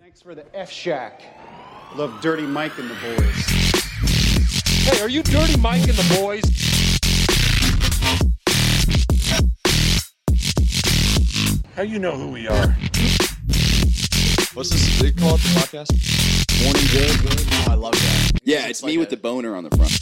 Thanks for the F Shack. Love Dirty Mike and the boys. Hey, are you Dirty Mike and the boys? How you know who we are? What's this? They call it the podcast? Morning Good. I love that. Yeah, it's, me with the boner on the front.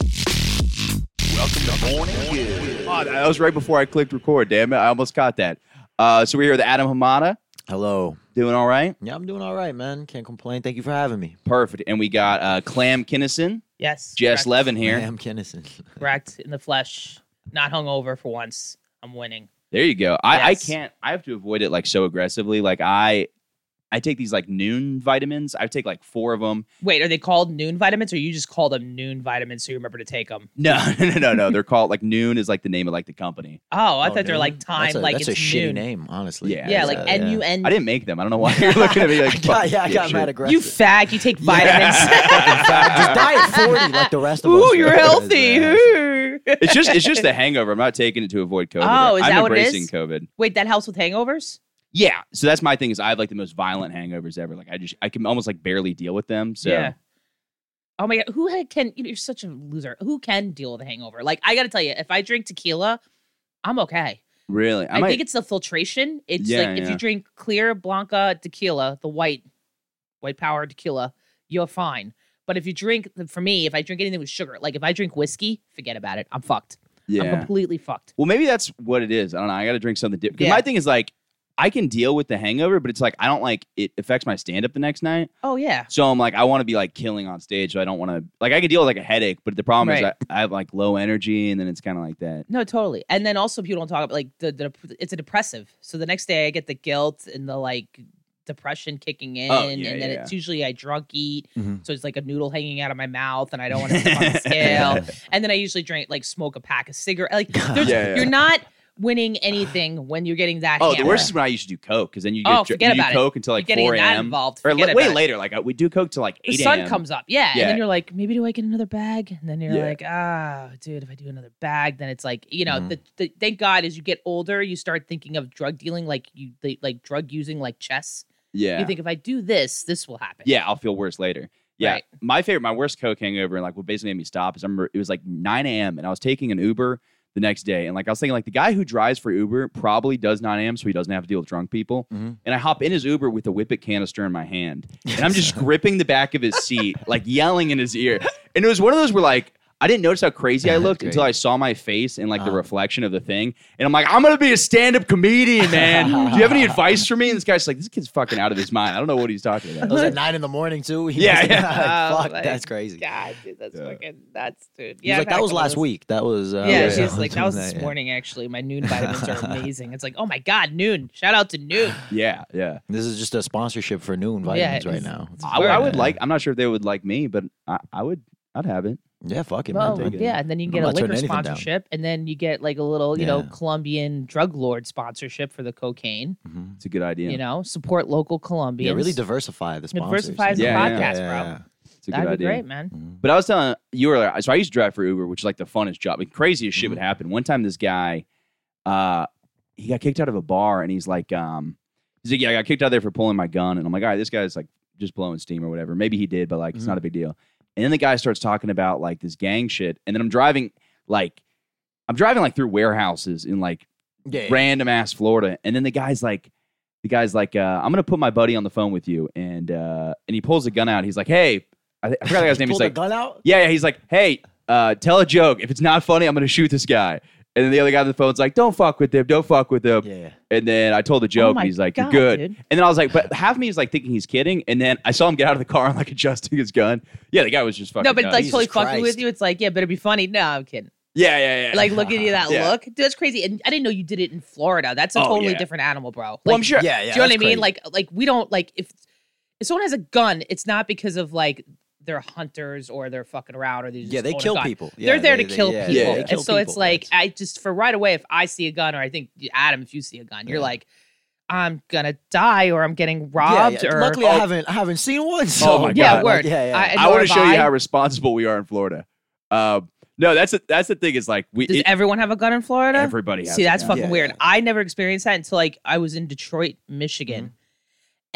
God, that was right before I clicked record. Damn it, I almost caught that. Uh, so we're here with Adam Hamada, Hello. doing all right, Yeah, I'm doing all right, man. Can't complain. Thank you for having me. perfect. And we got uh, Clam Kinnison, Yes. Jess correct. Levin here. I am Kinnison. Correct in the flesh. Not hungover for once. I'm winning. There you go. I, I Yes. can't. I have to avoid it like so aggressively. Like I, I take these like noon vitamins. I take like four of them. Wait, are they called noon vitamins, or you just call them noon vitamins so you remember to take them? No, no, no, no, no. They're called like noon is like the name of like the company. Oh, I Oh, thought they're noon? like time, That's a, like that's it's a shitty noon. name, honestly. Yeah, Yeah, it's like Uh, N U N. I didn't make them. I don't know why you're looking at me like. I got, yeah, I "Fuck got shit." mad aggressive. You fag, you take vitamins. Fucking fat. Just die at 40 like the rest of us. Ooh, you're That's- healthy. that's- Ooh. It's just it's just a hangover. I'm not taking it to avoid COVID. Oh, is I'm that what it is? embracing COVID. Wait, that helps with hangovers? Yeah. So that's my thing is I have like the most violent hangovers ever. Like I just I can almost like barely deal with them. So Yeah. Oh my god, who ha- can? You're such a loser. Who can deal with a hangover? Like I gotta tell you, if I drink tequila, I'm okay. really, I, I, might, think it's the filtration. It's Yeah, like if yeah. you drink clear Blanca tequila, the white, white power tequila, you're fine. But if you drink, for me, if I drink anything with sugar, like if I drink whiskey, forget about it. I'm fucked. I'm yeah. completely fucked. Well, maybe that's what it is. I don't know. I got to drink something different. 'Cause Yeah. My thing is like I can deal with the hangover, but it's like I don't like it affects my stand up the next night. Oh yeah, So I'm like I want to be like killing on stage. So I don't want to like I can deal with like a headache, but the problem is Right. I, I have like low energy, and then it's kind of like that. no, totally. And then also people don't talk about like the, the it's a depressive. So the next day I get the guilt and the like depression kicking in, yeah, and Oh, yeah, then yeah. Mm-hmm. it's usually I drunk eat, Mhm. so it's like a noodle hanging out of my mouth, and I don't want to step on the scale. and then I usually drink like smoke a pack of cigarettes. Like there's, Yeah, yeah. you're not winning anything when you're getting that. Oh, the hammered. worst is when I used to do coke because then you get Oh, dr- forget you do about it. coke until You're like getting four that a.m. involved. or Forget like, way about it. later. Like I, we do coke till like The eight sun a.m. comes up, yeah, and Yeah. then you're like, maybe do I get another bag? And then you're Yeah. like, ah, dude, if I do another bag, then it's like, you know, Mhm. the, the thank God as you get older, you start thinking of drug dealing, like you the, like drug using, like chess. Yeah, You think if I do this, this will happen. Yeah, I'll feel worse later. Yeah. Right. My favorite, my worst coke hangover, and like what basically made me stop is I remember it was like 9 a.m. and I was taking an Uber the next day. And like I was thinking, like the guy who drives for Uber probably does 9 a.m. so he doesn't have to deal with drunk people. Mhm. And I hop in his Uber with a whippet canister in my hand. And I'm just gripping the back of his seat, like yelling in his ear. And it was one of those where like I didn't notice how crazy I That's looked until great. I saw my face and like the Uh-huh. reflection of the thing. And I'm like, I'm gonna be a stand-up comedian, man. Do you have any advice for me? And this guy's like, this kid's fucking out of his mind. I don't know what he's talking about. It was at nine in the morning too. He Yeah, must- yeah. Fuck, Oh, like, that's crazy. He was God, dude, that's Yeah. fucking that's dude. Yeah, I've like, had that a was couple of last those. week. That was. Uh, yeah, yeah. she was like, that was yeah. this morning actually. My noon vitamins are amazing. It's like, oh my god, noon! Shout out to noon. Yeah, yeah. This is just a sponsorship for noon vitamins right it's- now. I, I would Yeah. like. I'm not sure if they would like me, but I, I would. I'd have it. Yeah, fuck it, man. Well, Take it. yeah, and then you I'm can get a not turning liquor anything down. sponsorship, and then you get like a little, you know, Yeah. Colombian drug lord sponsorship for the cocaine. Mhm. It's a good idea. You know, support local Colombians. Yeah, really diversify the sponsors. Diversify the yeah. Yeah, yeah, podcast, bro. Mm-hmm. yeah. it's a good That'd be idea. great, man. But I was telling you earlier. So I used to drive for Uber, which is like the funnest job. And craziest shit Mm-hmm. would happen. One time, this guy, uh, he got kicked out of a bar, and he's like, um, he's like, yeah, I got kicked out there for pulling my gun. And I'm like, all right, this guy's like just blowing steam or whatever. Maybe he did, but like, it's Mhm. not Mm-hmm. a big deal. And then the guy starts talking about like this gang shit. And then I'm driving like, I'm driving like through warehouses in like Yeah, yeah. random ass Florida. And then the guy's like, the guy's like, uh, I'm gonna put my buddy on the phone with you, and uh, and he pulls a gun out. He's like, hey, I, th- I forgot the guy's name. He's Pulled the like, gun out. yeah, yeah. He's like, hey, uh, tell a joke. If it's not funny, I'm gonna shoot this guy. And then the other guy on the phone's like, don't fuck with him, don't fuck with him. Yeah. Oh And then I told the joke, my and he's like, God, you're good. dude. And then I was like, but half of me is like thinking he's kidding. And then I saw him get out of the car and like adjusting his gun. Yeah, the guy was just fucking. No, but nuts. like Jesus totally fucking with Christ. you. It's like, yeah, better be funny. No, I'm kidding. yeah, yeah, yeah. Like, look at you that Yeah. look, dude. That's crazy. And I didn't know you did it in Florida. That's a Oh, totally yeah. different animal, bro. Like, well, I'm sure. Yeah, yeah. Do you know what I that's mean? crazy. Like, like we don't like if if someone has a gun, it's not because of like they're hunters or they're fucking around or they just yeah, they own a kill gun. people. they're there to kill people, yeah, they and so it's like I just for right away if I see a gun or I think Adam, if you see a gun, you're Yeah. like, I'm gonna die or I'm getting robbed or Oh Luckily, I haven't I haven't seen one. So, yeah, my God. like, word. yeah, yeah. I want to show you how Does responsible we are in Florida. Um, no, that's a, that's the thing. Is like we it- everyone have a gun in Florida? everybody has See, a that's gun. fucking Yeah, weird. yeah. I never experienced that until like I was in Detroit, Michigan, Mm-hmm.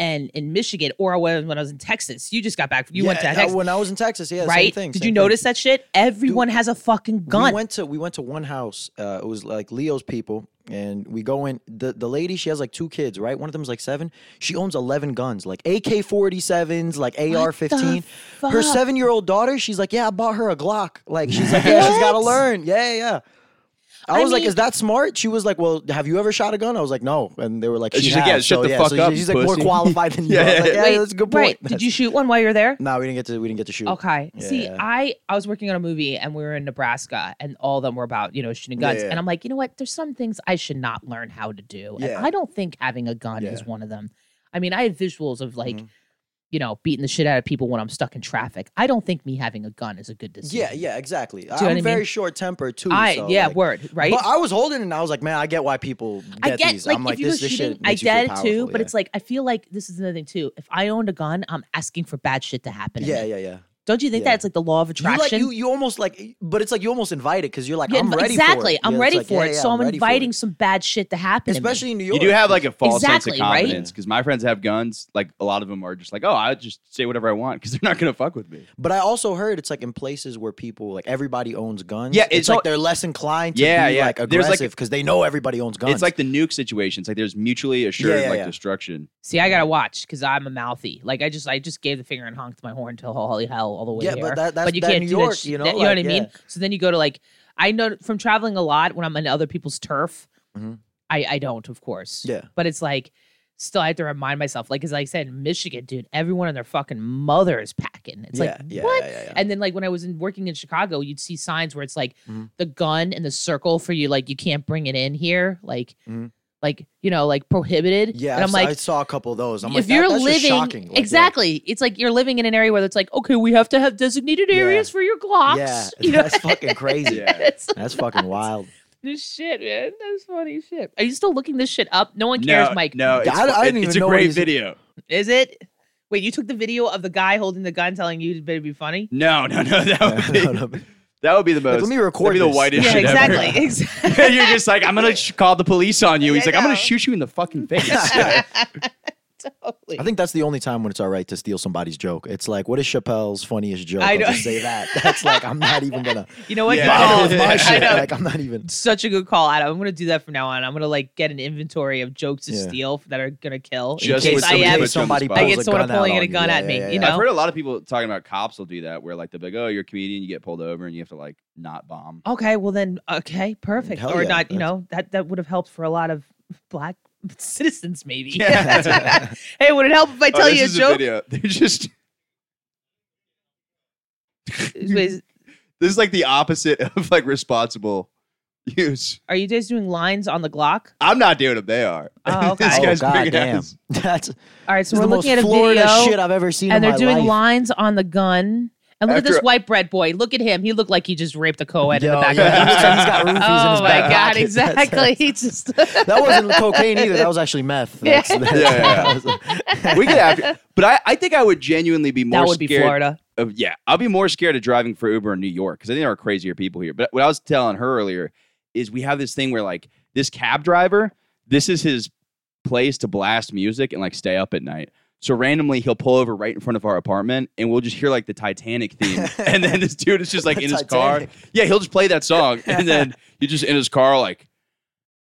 and in Michigan, or when, when I was in Texas. You just got back. You went to Yeah, Texas, when I was in Texas. Yeah, right? Same thing, Did same you thing. notice that shit? Everyone has a fucking gun. We went to we went to one house. Uh, it was like Leo's people, and we go in. the The lady she has like two kids, right? One of them's like seven. She owns eleven guns, like AK forty sevens, like AR fifteen. Her fuck? seven year old daughter, she's like, yeah, I bought her a Glock. Like she's like, yeah, she's got to What? learn. Yeah, yeah, yeah. I I was like, mean- "Is that smart?" She was like, "Well, have you ever shot a gun?" I was like, "No," and they were like, And "She she's like, yeah, has." shut So, the yeah, fuck so up, She's like more pussy." qualified than you. Yeah, I was yeah, like, yeah. yeah, that's a good point. Right? Did you shoot one while you were there? No, we didn't get to. We didn't get to shoot. Okay. See, Yeah. I I was working on a movie and we were in Nebraska and all of them were about, you know, shooting guns. Yeah, yeah. And I'm like, you know what? There's some things I should not learn how to do. Yeah. And I don't think having a gun is Yeah. Mm-hmm. one of them. I mean, I have visuals of like, you know, beating the shit out of people when I'm stuck in traffic. I don't think me having a gun is a good decision. Yeah, yeah, exactly. what I I'm mean? very short tempered too. I so, yeah, like, word, right? But I was holding it and I was like, man, I get why people I get, get these. like I'm if like, you this, go this shooting, shit. I makes you feel get it powerful, too, but yeah. it's like I feel like this is another thing too. If I owned a gun, I'm asking for bad shit to happen. to yeah, me. yeah, yeah. Don't you think yeah. that's like the law of You like attraction? you, you almost like, but it's like you almost invite it because you're like, Yeah, I'm inv- ready. exactly. for it. I'm Yeah, it's ready like, for yeah, it. yeah, so I'm I'm, ready for inviting it. some bad shit to happen. to me. especially in New You York. do have like a false sense Exactly, of right? confidence because my friends have guns. Like a lot of them are just like, oh, I just say whatever I want because they're not gonna fuck with me. but I also heard it's like in places where people like everybody owns guns. Yeah, it's, it's like all- they're less inclined to Yeah, be yeah. like There's, like, aggressive because they know everybody owns guns. It's like the nuke situation. It's like there's mutually assured Yeah, yeah, like yeah. destruction. See, I gotta watch because I'm a mouthy. Like I just, I just gave the finger and honked my horn till holy hell all the way Yeah, here. but that- that's- you that can't New do York, sh- you know, that- you know what I like, mean. yeah. So then you go to like, I know from traveling a lot when I'm on other people's turf, Mhm. I I don't, of course. Yeah. but it's like, still I have to remind myself. Like as I said, in Michigan, dude, everyone and their fucking mother is packing. It's yeah, like yeah, what? yeah, yeah, yeah. And then like when I was in working in Chicago, you'd see signs where it's like Mhm. the gun and the circle for you, like you can't bring it in here, like Mhm. like you know, like prohibited. Yeah, and I've I'm s- like, I saw a couple of those. I'm if like, that- you're that's just living shocking. Like, yeah. exactly, it's like you're living in an area where it's like, okay, we have to have designated Yeah. areas for your glocks. Yeah, you know? that's fucking crazy. It's That's fucking wild. this shit, man. That's funny shit. Are you still looking this shit up? No one cares, no, Mike. No, it's, I- I didn't it's even a know what great he's- video. Is it? Wait, you took the video of the guy holding the gun telling you it better be funny? No, no, no, that would be, No, no, but- That would be the most. Like, let me record that'd be this. the whitest yeah, shit exactly. ever. Exactly. You're just like, I'm gonna sh- call the police on you. Yeah, He's I like, I'm gonna know. shoot you in the fucking face. totally. I think that's the only time when it's all right to steal somebody's joke. It's like, what is Chappelle's funniest joke? I I know. just say that. That's like, I'm not even gonna you know what? Yeah. Good bother call. with I my shit. know. Like, I'm not even. Such a good call, Adam. I'm gonna do that from now on. I'm gonna like get an inventory of jokes to Yeah. steal that are gonna kill. in Just case with I somebody am puts you on the somebody spot. pulls I get someone gun out pulling on a gun Yeah, at yeah, me, yeah, you yeah. know? I've heard a lot of people talking about cops will do that, where like they'll be like, "Oh, you're a comedian, you get pulled over, and you have to like not bomb." Okay, well then, okay, perfect. Hell or yeah, not, you that's- know, that that would have helped for a lot of black citizens, maybe. Yeah. hey, would it help if I tell oh, you a this is joke? video. They're just Is- this is like the opposite of like responsible use. Are you guys doing lines on the Glock? I'm not doing them. They are. Oh, okay. this Oh, guy's God big damn. ass. That's All right, so we're this is the most looking at a Florida video, shit I've ever seen. and in they're my doing life. lines on the gun. And look at this After- white bread boy. Look at him. He looked like he just raped a co-ed in Yo, the back. yeah, of he the looks like he's got roofies in Oh his my back god, pocket. That's- exactly. He just That wasn't cocaine either. That was actually meth. That's, yeah. That's, Yeah, we could have, but I, I think I would genuinely be more That would be scared Florida. of yeah, I'll be more scared of driving for Uber in New York because I think there are crazier people here. But what I was telling her earlier is we have this thing where like this cab driver, this is his place to blast music and like stay up at night. So randomly he'll pull over right in front of our apartment and we'll just hear like the Titanic theme. and then this dude is just like The in his Titanic. car. Yeah, he'll just play that song. And then you just in his car like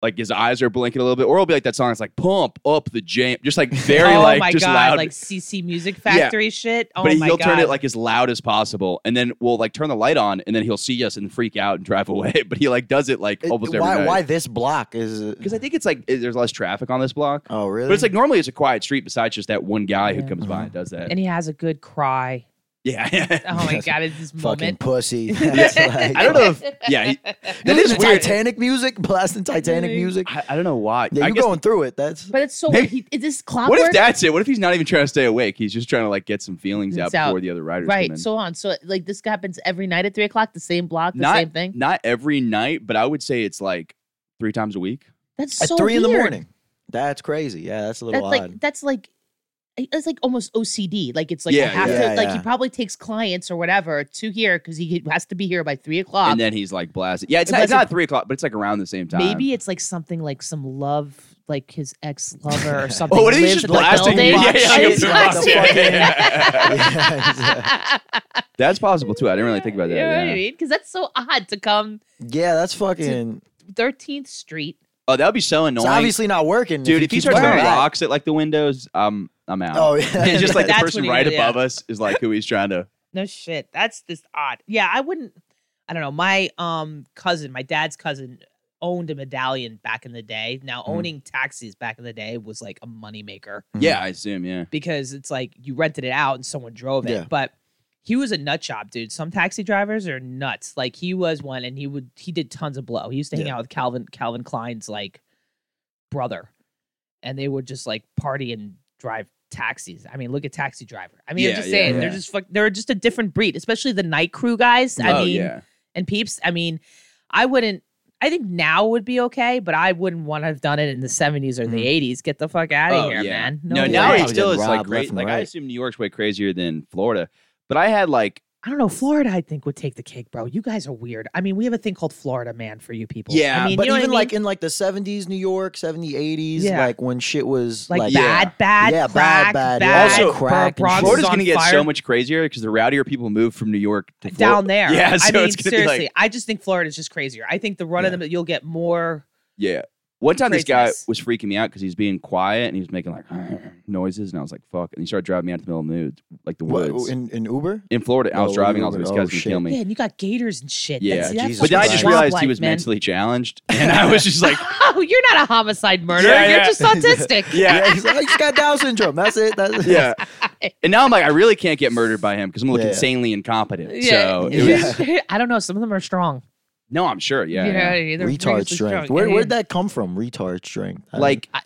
like his eyes are blinking a little bit, or it'll be like that song. It's like pump up the jam, just like very oh like my just god, loud like CC Music Factory shit. Oh but my he'll god. turn it like as loud as possible, and then we'll like turn the light on, and then he'll see us and freak out and drive away. But he like does it like It- almost every why? night. Why this block is? Because I think it's like i- there's less traffic on this block, Oh really? Uh-huh. but it's like normally it's a quiet street besides just that one guy who Yeah. comes by and does that. and he has a good cry. yeah, Oh my god, it's this fucking moment. pussy. That's like, I don't know if yeah, he- that is weird. Titanic music, blasting Titanic music. I, I don't know why. Yeah, I you're guess- going through it. That's Mm-hmm. But it's so Maybe- he, is this clockwork? what if that's it? What if he's not even trying to stay awake? He's just trying to like get some feelings out It's out. before the other riders come in. right, so on. So like this happens every night at three o'clock, the same block, the not same thing. not every night, but I would say it's like three times a week. That's at so three in the weird. morning. That's crazy. Yeah, that's a That's little odd. like that's like it's like almost OCD. Like it's like I Yeah, have yeah. to like Yeah, he yeah. probably takes clients or whatever to here because he has to be here by three o'clock. and then he's like blasted. Yeah, it's It not, it's wasn't- not three o'clock, but it's like around the same time. Maybe it's like something like some love like his ex lover or something. Oh, what are these lives just in the blasting? building. Yeah, yeah, He's yeah. blasting. Yeah, exactly. That's possible too. I didn't really think about that. You know what I yeah. mean? Because that's so odd to come yeah, that's fucking. 13th Street. Oh, that would be so It's annoying, obviously not working, dude. If he keeps starts wearing throwing that. rocks at like the windows, um, I'm out. Oh yeah, it's just like the That's person when you right know, yeah. above us is like who he's trying to. No shit. That's just odd. Yeah, I wouldn't. I don't know. My um cousin, my dad's cousin, owned a medallion back in the day. Now Mhm. owning taxis back in the day was like a moneymaker Mhm. Yeah, I assume. Yeah. because it's like you rented it out and someone drove it. Yeah. But he was a nut job, dude. Some taxi drivers are nuts. Like he was one, and he would he did tons of blow. He used to hang Yeah. out with Calvin Calvin Klein's like brother, and they would just like party and drive taxis. I mean, look at Taxi Driver. I mean, Yeah, I'm just yeah, saying they're yeah. just fuck, they're just a different breed, especially the night crew guys. I oh mean, yeah. and peeps. I mean, I wouldn't. I think now would be okay, but I wouldn't want to have done it in the 70s or the 80s. Get the fuck out of Mm-hmm. Oh, here, yeah. man. No, way. now way. it still Probably is get like robbed great. left and Like I right. assume New York's way crazier than Florida, but I had like I don't know. Florida, I think, would take the cake, bro. You guys are weird. I mean, we have a thing called Florida Man for you people. Yeah, I mean, but you know even what I mean? like in like the seventies, New York, 70s, 80s, Yeah. like when shit was like, like, Yeah. bad, bad, Yeah, crack, bad, bad, yeah. Also, crack Bronx and is Florida's on going to get fire so much crazier because the rowdier people move from New York to Flor- down there. Yeah, so I mean, it's gonna be seriously, like- I just think Florida's just crazier. I think the run of them, you'll get more. Yeah. One time this guy Craziness. was freaking me out because he was being quiet and he was making like noises and I was like, fuck. And he started driving me out to the middle of the nude, like the what, woods. in, in, in Uber. Florida, I was Oh, driving, I you was like, were- this oh, guy's going to kill shit. Yeah, me. and you got gators and shit. Yeah, that's, that's Jesus But then I Christ. just swamp realized he life, was man. mentally challenged. And I was just like, Oh, you're not a homicide murderer. Yeah, you're yeah. just autistic. yeah. Yeah, he's like, he's got Down syndrome. That's it. That's Yeah. And now I'm like, I really can't get murdered by him because I'm looking Yeah. insanely incompetent. So, it was- Yeah. I don't know. Some of them are strong. no, I'm sure. Yeah. you know yeah. what I mean? They're retard rigorously strength. strong. Where, And- where'd that come from? Retard strength. I don't- Like, I-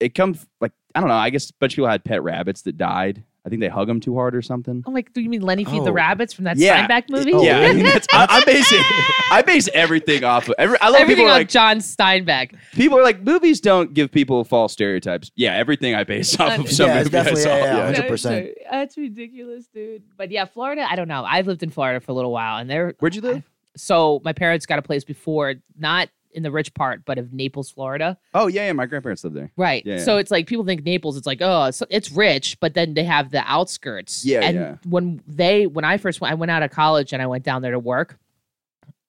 it comes, like, I don't know. I guess a bunch of people had pet rabbits that died. I think they hug them too hard or something. I'm like, do you mean Lenny Feed the Oh. Rabbits from that Yeah. Steinbeck movie? Oh, yeah, I, really? mean, that's, I, I base it. I base everything off of every. I love Everything people on are like John Steinbeck. people are like movies don't give people false stereotypes. Yeah, everything I base off of some Yeah, it's movie I definitely- saw. yeah, yeah, Yeah, 100%. That's- That's ridiculous, dude. But yeah, Florida, I don't know. I've lived in Florida for a little while and they're Where'd you live? so my parents got a place before, not in the rich part, but of Naples, Florida. Oh yeah, yeah. My grandparents lived there. Right. Yeah, So it's like people think Naples, it's like, oh, it's, it's rich, but then they have the outskirts. Yeah, And yeah. when they, when I first went, I went out of college and I went down there to work.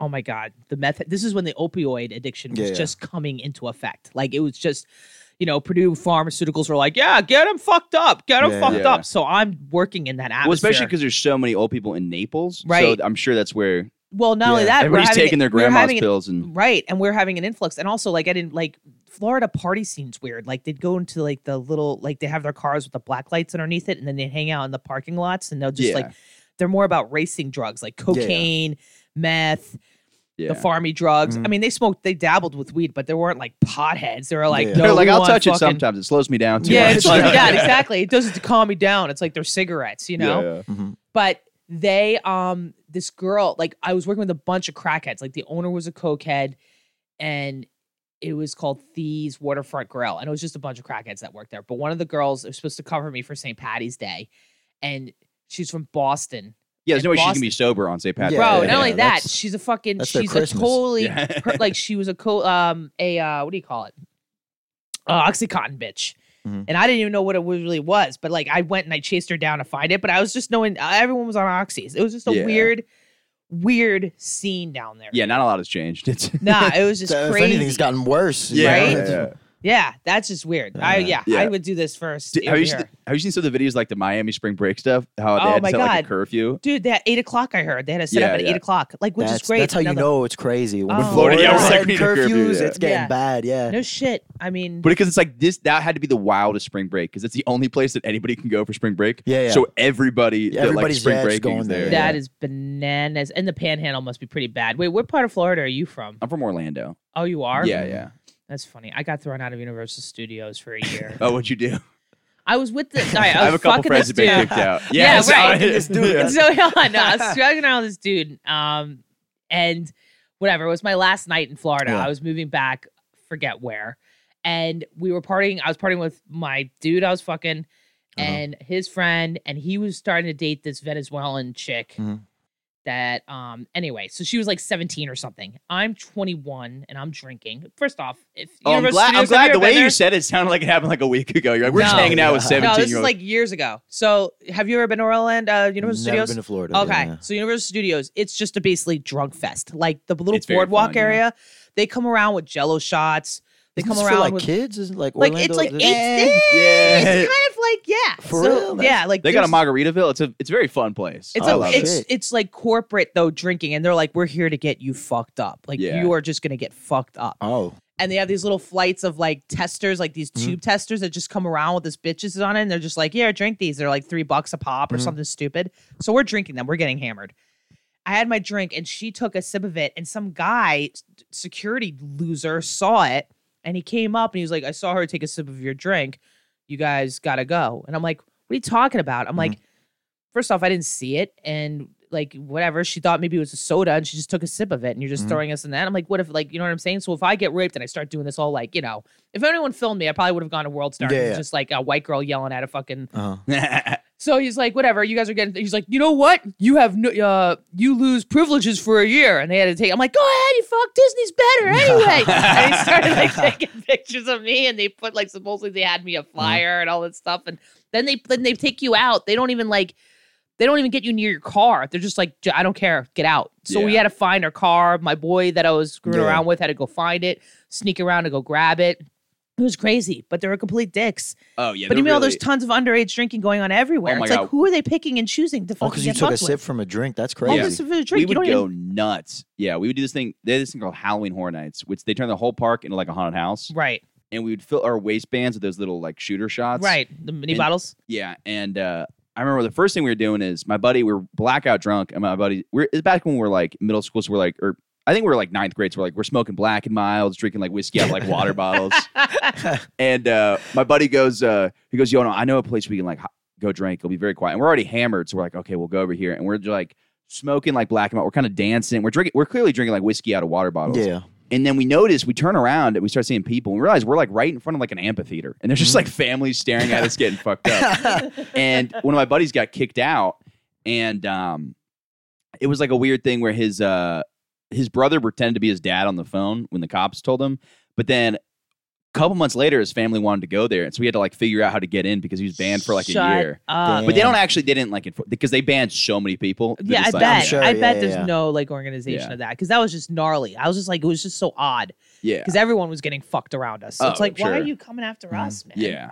Oh my God. The meth, this is when the opioid addiction was Yeah, yeah. just coming into effect. Like it was just, you know, Purdue pharmaceuticals were like, yeah, get them fucked up, get them Yeah, fucked yeah. up. So I'm working in that atmosphere. Well, especially because there's so many old people in Naples. Right. So I'm sure that's where well, not only that, Yeah. we're everybody's having- taking their we're grandma's having an pills and. Right. And we're having an influx. And also, like, I didn't like Florida party scenes weird. Like, they'd go into like the little, like, they have their cars with the black lights underneath it, and then they hang out in the parking lots, and they'll just Yeah. like, they're more about racing drugs, like cocaine, meth, Yeah. Mm-hmm. the farmy drugs. I Mhm. mean, they smoked, they dabbled with weed, but they weren't like potheads. They were like, Yeah. no, They're like, we I'll want touch it fucking- sometimes. It slows me down too Yeah, much. it's like, yeah, exactly. It does it to calm me down. It's like they're cigarettes, you know? Yeah, yeah. but they um this girl like i was working with a bunch of crackheads like the owner was a cokehead and it was called Thieves Waterfront Grill. And it was just a bunch of crackheads that worked there. But one of the girls was supposed to cover me for St. Patty's Day. And she's from Boston. Yeah, there's no way she's gonna be Boston- sober on St. Patrick's Yeah, Bro, Day. not only yeah, that, that's- she's a fucking, that's their she's a Christmas. totally, Yeah. per- like she was a co, um, a, uh, what do you call it? Uh, Oxycontin bitch. Mhm. And I didn't even know what it was- really was, but like I went and I chased her down to find it. But I was just knowing uh, everyone was on oxys. It was just a Yeah. weird, weird scene down there. Yeah, not a lot has changed. It's Nah, it was just So if crazy. anything's gotten worse. you yeah, know? Right? yeah, yeah. Yeah, that's just weird. I Yeah. yeah, I Yeah. would do this first. Did- have, you seen, have you seen some of the videos like the Miami spring break stuff? How they Oh had my to set like God. a curfew. Dude, that eight o'clock I heard. They had a set Yeah, up at yeah. eight o'clock. Like which that's, is great. That's how you Another- know it's crazy. When Oh. Florida, yeah, we're like, said we need a curfew, curfews, yeah. it's getting Yeah. bad. Yeah. No shit. I mean But because it's like this, that had to be the wildest spring break because it's the only place that anybody can go for spring break. Yeah, yeah. So everybody, that, Everybody's- like spring yeah, it's break going is there, there. yeah. that is bananas. And the panhandle must be pretty bad. Wait, what part of Florida are you from? I'm from Orlando. Oh, you are? Yeah, yeah. That's funny. I got thrown out of Universal Studios for a year. Oh, what you do? I was with the sorry, I, was have a couple fucking friends this that been dude. kicked out. Yeah, so- right. This dude, yeah. And so yeah, no, I was dragging around this dude. Um, and whatever, it was my last night in Florida. Yeah. I was moving back, forget where. And we were partying. I was partying with my dude I was fucking Uh-huh. Mm-hmm. and his friend, and he was starting to date this Venezuelan chick. Mhm. that um anyway so she was like 17 or something i'm 21 and i'm drinking first off if Oh, I'm Universal glad. I'm Studios have glad you ever the been way you there? said it sounded like it happened like a week ago. You're like, we're just No. hanging out with No, seventeen no this is year olds. like years ago so have you ever been to orlando uh, Never universal studios been to Florida. Okay, yeah. so Universal Studios, it's just a basically drug fest. Like the little It's very boardwalk fun, yeah. area, they come around with Jello shots. They Isn't come this around for like with kids. Isn't like like Orlando- it's like eight. there's- It's yeah, kind of like yeah, For so, real? yeah. Like they got a there's- Margaritaville. It's a it's a very fun place. It's I a, love love it. it's it. it's like corporate though drinking, and they're like, we're here to get you fucked up. Like Yeah. Um, you are just gonna get fucked up. Oh, And they have these little flights of like testers, like these Mm-hmm. tube testers that just come around with this bitches on it, and they're just like, yeah, drink these. They're like three bucks a pop Mm-hmm. or something stupid. So we're drinking them. We're getting hammered. I had my drink, and she took a sip of it, and some guy, s- security loser, saw it, and he came up and he was like, I saw her take a sip of your drink. You guys gotta go. And I'm like, what are you talking about? I'm like, first off, I didn't see it. And like, whatever, she thought maybe it was a soda and she just took a sip of it. And you're just throwing us in that. I'm like, what if, like, you know what I'm saying? So if I get raped and I start doing this all, like, you know, if anyone filmed me, I probably would have gone to World Star. and Yeah, it was yeah. Just like a white girl yelling at a fucking. uh-huh. So he's like, whatever, you guys are getting. He's like, you know what? You have no, uh, you lose privileges for a year. And they had to take, I'm like, go ahead, you fuck, Disney's better anyway. and he started like taking pictures of me and they put like, supposedly they had me a flyer and all that stuff. And then they, then they take you out. They don't even like, they don't even get you near your car. They're just like, "J- I don't care, get out. So we had Yeah. to find our car. My boy that I was screwing Yeah. around with had to go find it, sneak around to go grab it. It was crazy, but they were complete dicks. oh yeah, But you they're know, there's really- tons of underage drinking going on everywhere. Oh my it's like, God. who are they picking and choosing to Oh, fucking because you get took a fucked sip with? from a drink. That's Oh, crazy. this is a drink. we you would don't go even- nuts. Yeah, we would do this thing. They had this thing called Halloween Horror Nights, which they turned the whole park into like a haunted house, Right, and we would fill our waistbands with those little like shooter shots. right. The mini and- bottles. Yeah, and uh, I remember the first thing we were doing is my buddy, we were blackout drunk, and my buddy, we're it's back when we were like middle school, so we're like, or I think we were like ninth grade, so we're like, we're smoking black and miles, drinking like whiskey out of like water bottles, and uh, my buddy goes, uh, he goes, yo, no, I know a place we can like h- go drink. It'll be very quiet, and we're already hammered, so we're like, okay, we'll go over here, and we're just like smoking like black and miles, we're kind of dancing, we're drinking, we're clearly drinking like whiskey out of water bottles, yeah. and then we notice, we turn around and we start seeing people and we realize we're like right in front of like an amphitheater. And there's just like families staring at us getting fucked up. and one of my buddies got kicked out. And um, it was like a weird thing where his uh, his brother pretended to be his dad on the phone when the cops told him. But then a couple months later, his family wanted to go there. And so we had to like figure out how to get in because he was banned for like Shut a year. up. But they Damn. don't actually, they didn't like it because they banned so many people. that Yeah, I it's like- bet. sure, I yeah, bet yeah, there's yeah. no like organization Yeah. of that because that was just gnarly. I was just like, it was just so odd Yeah. because everyone was getting fucked around us. So it's Oh, like, why are sure. Mm-hmm. you coming after us, man? Yeah.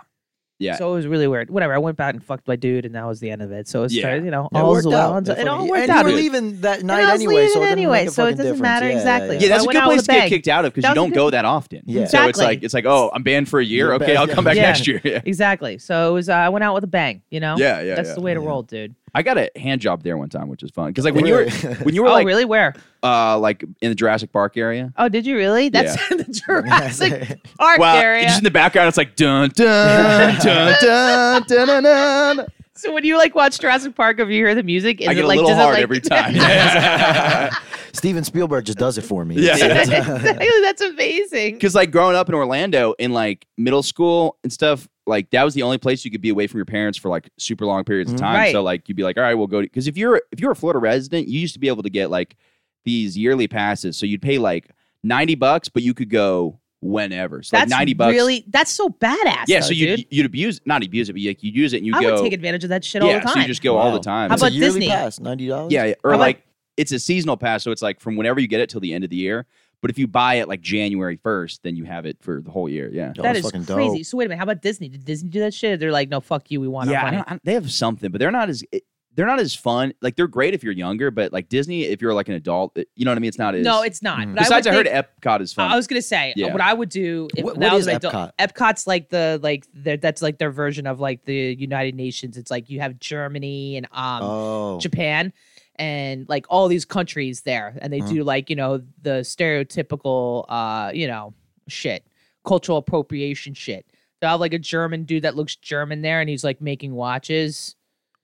Yeah. So it was really weird. Whatever. I went back and fucked my dude, and that was the end of it. So it's Yeah. you know, It all's worked well. out. and so- It Definitely. all worked and out. You It were was- leaving that night I was anyway, so it, leaving didn't anyway, make a so it fucking doesn't difference. matter Yeah, exactly. Yeah, Yeah, that's I a went good out with place a to get bang. kicked out of because That you was a don't good- go that often. So Yeah. it's like Exactly. it's like oh, I'm banned for a year. You're Okay, banned, I'll come back yeah. next year. Yeah, Exactly. So it was. Uh, I went out with a bang. You know. yeah, yeah. That's yeah. the Mm-hmm. way to Yeah. roll, dude. I got a hand job there one time, which is fun because like when you were Really? when you were Oh, like really? Where? uh like in the Jurassic Park area. Oh, did you really? That's in the Jurassic Park Well, area. just in the background, it's like dun dun dun dun dun dun. dun. so when you like watch Jurassic Park, if you hear the music, is I get it a like little does hard it like every time. Yeah. Steven Spielberg just does it for me. Yeah. exactly. That's amazing. Because like growing up in Orlando in like middle school and stuff, like that was the only place you could be away from your parents for like super long periods of Mhm. time. Right. So like you'd be like, all right, we'll go. Because if you're if you're a Florida resident, you used to be able to get like these yearly passes. So you'd pay like ninety bucks, but you could go whenever. So That's like ninety bucks. Really, that's so badass. yeah. though, So you'd dude. you'd abuse not abuse it, but you like, you'd use it and you I go. would take advantage of that shit yeah. all the time. So you just go all the Wow. time. How It's a about yearly Disney? pass, ninety dollars. Yeah, yeah, or How about- like it's a seasonal pass, so it's like from whenever you get it till the end of the year. But if you buy it like January first, then you have it for the whole year. Yeah. that is crazy. So wait a minute. How about Disney? Did Disney do that shit? They're like, no, fuck you. We want yeah, our I money. don't- I- they have something, but they're not as it- they're not as fun. Like they're great if you're younger, but like Disney, if you're like an adult, it- you know what I mean. It's not as No, it's not. Mm. But Besides, I, I, would heard think- Epcot is fun. I was gonna say Yeah. what I would do if What- when I what was is an adult- Epcot? Epcot's like the like the, that's like their version of like the United Nations. It's like you have Germany and um Oh, Japan and like all these countries there and they Mhm. do like you know the stereotypical uh you know shit cultural appropriation shit they'll have like a german dude that looks german there and he's like making watches